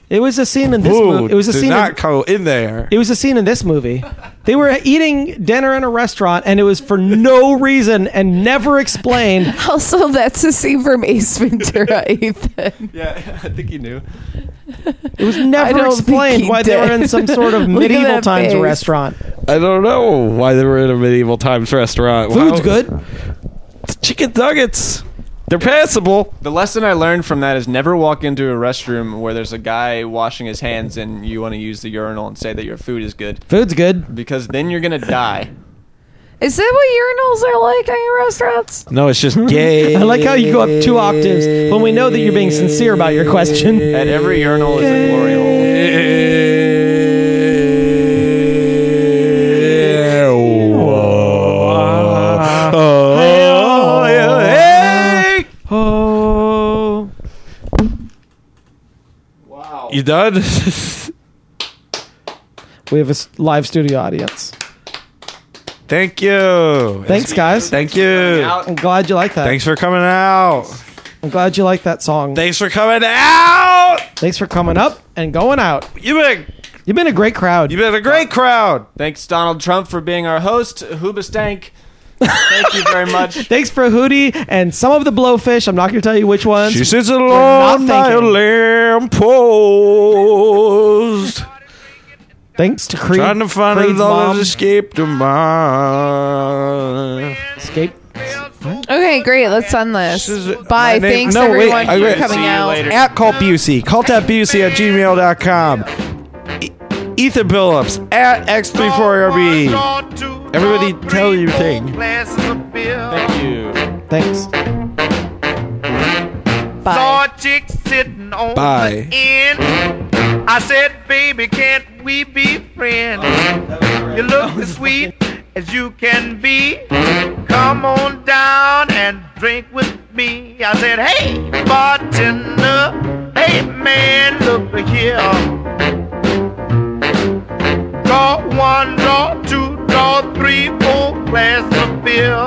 It was a scene in this.
Ooh,
movie. It was a
did
scene.
not
in,
go in there.
it was a scene in this movie. They were eating dinner in a restaurant, and it was for no reason and never explained.
Also, that's a scene from Ace Ventura, Ethan.
Yeah, I think he knew.
It was
I
never
don't think
explained
he
why they were in
did.
some sort of
Look at
medieval
that
times
face.
restaurant.
I don't know why they were in a medieval times restaurant.
Food's
Wow.
good.
Chicken nuggets. They're passable.
The lesson I learned from that is never walk into a restroom where there's a guy washing his hands and you want to use the urinal and say that your food is good
Food's good.
because then you're gonna die.
Is that what urinals are like in restaurants?
No, it's just gay.
I like how you go up two octaves when we know that you're being sincere about your question.
At every urinal is a glory hole.
Oh,
You done?
we have a s- live studio audience.
Thank you.
Thanks, guys.
Thank you.
Out.
I'm glad you like that.
Thanks for coming out.
I'm glad you like that song.
Thanks for coming out.
Thanks for coming up and going out.
You've been
You've been a great crowd.
you've been a great crowd.
Thanks, Donald Trump, for being our host. Hoobastank. Thank you very much.
Thanks for Hootie and some of the blowfish. I'm not going to tell you which ones.
She sits alone by a
thinking.
lamppost,
Thanks to Creed.
trying to find
Creed's
another
mom.
escape to mind.
Escape.
Okay, great. Let's end this.
This is- my
Bye.
name-
Thanks
no, wait,
everyone
I-
for
wait.
coming
See
you
out.
later.
At Cult Busey, cultatbusey at gmail.com. E- Ethan Phillips at X34RB. Everybody tell your thing.
Thank you.
Thanks.
Bye.
Saw a chick sitting on
Bye.
the end. I said, baby, can't we be friends? You look as sweet as you can be. Come on down and drink with me. I said, hey, bartender, hey, man, look here. Draw one, draw two, draw three, four glasses of beer.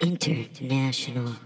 eh?
International.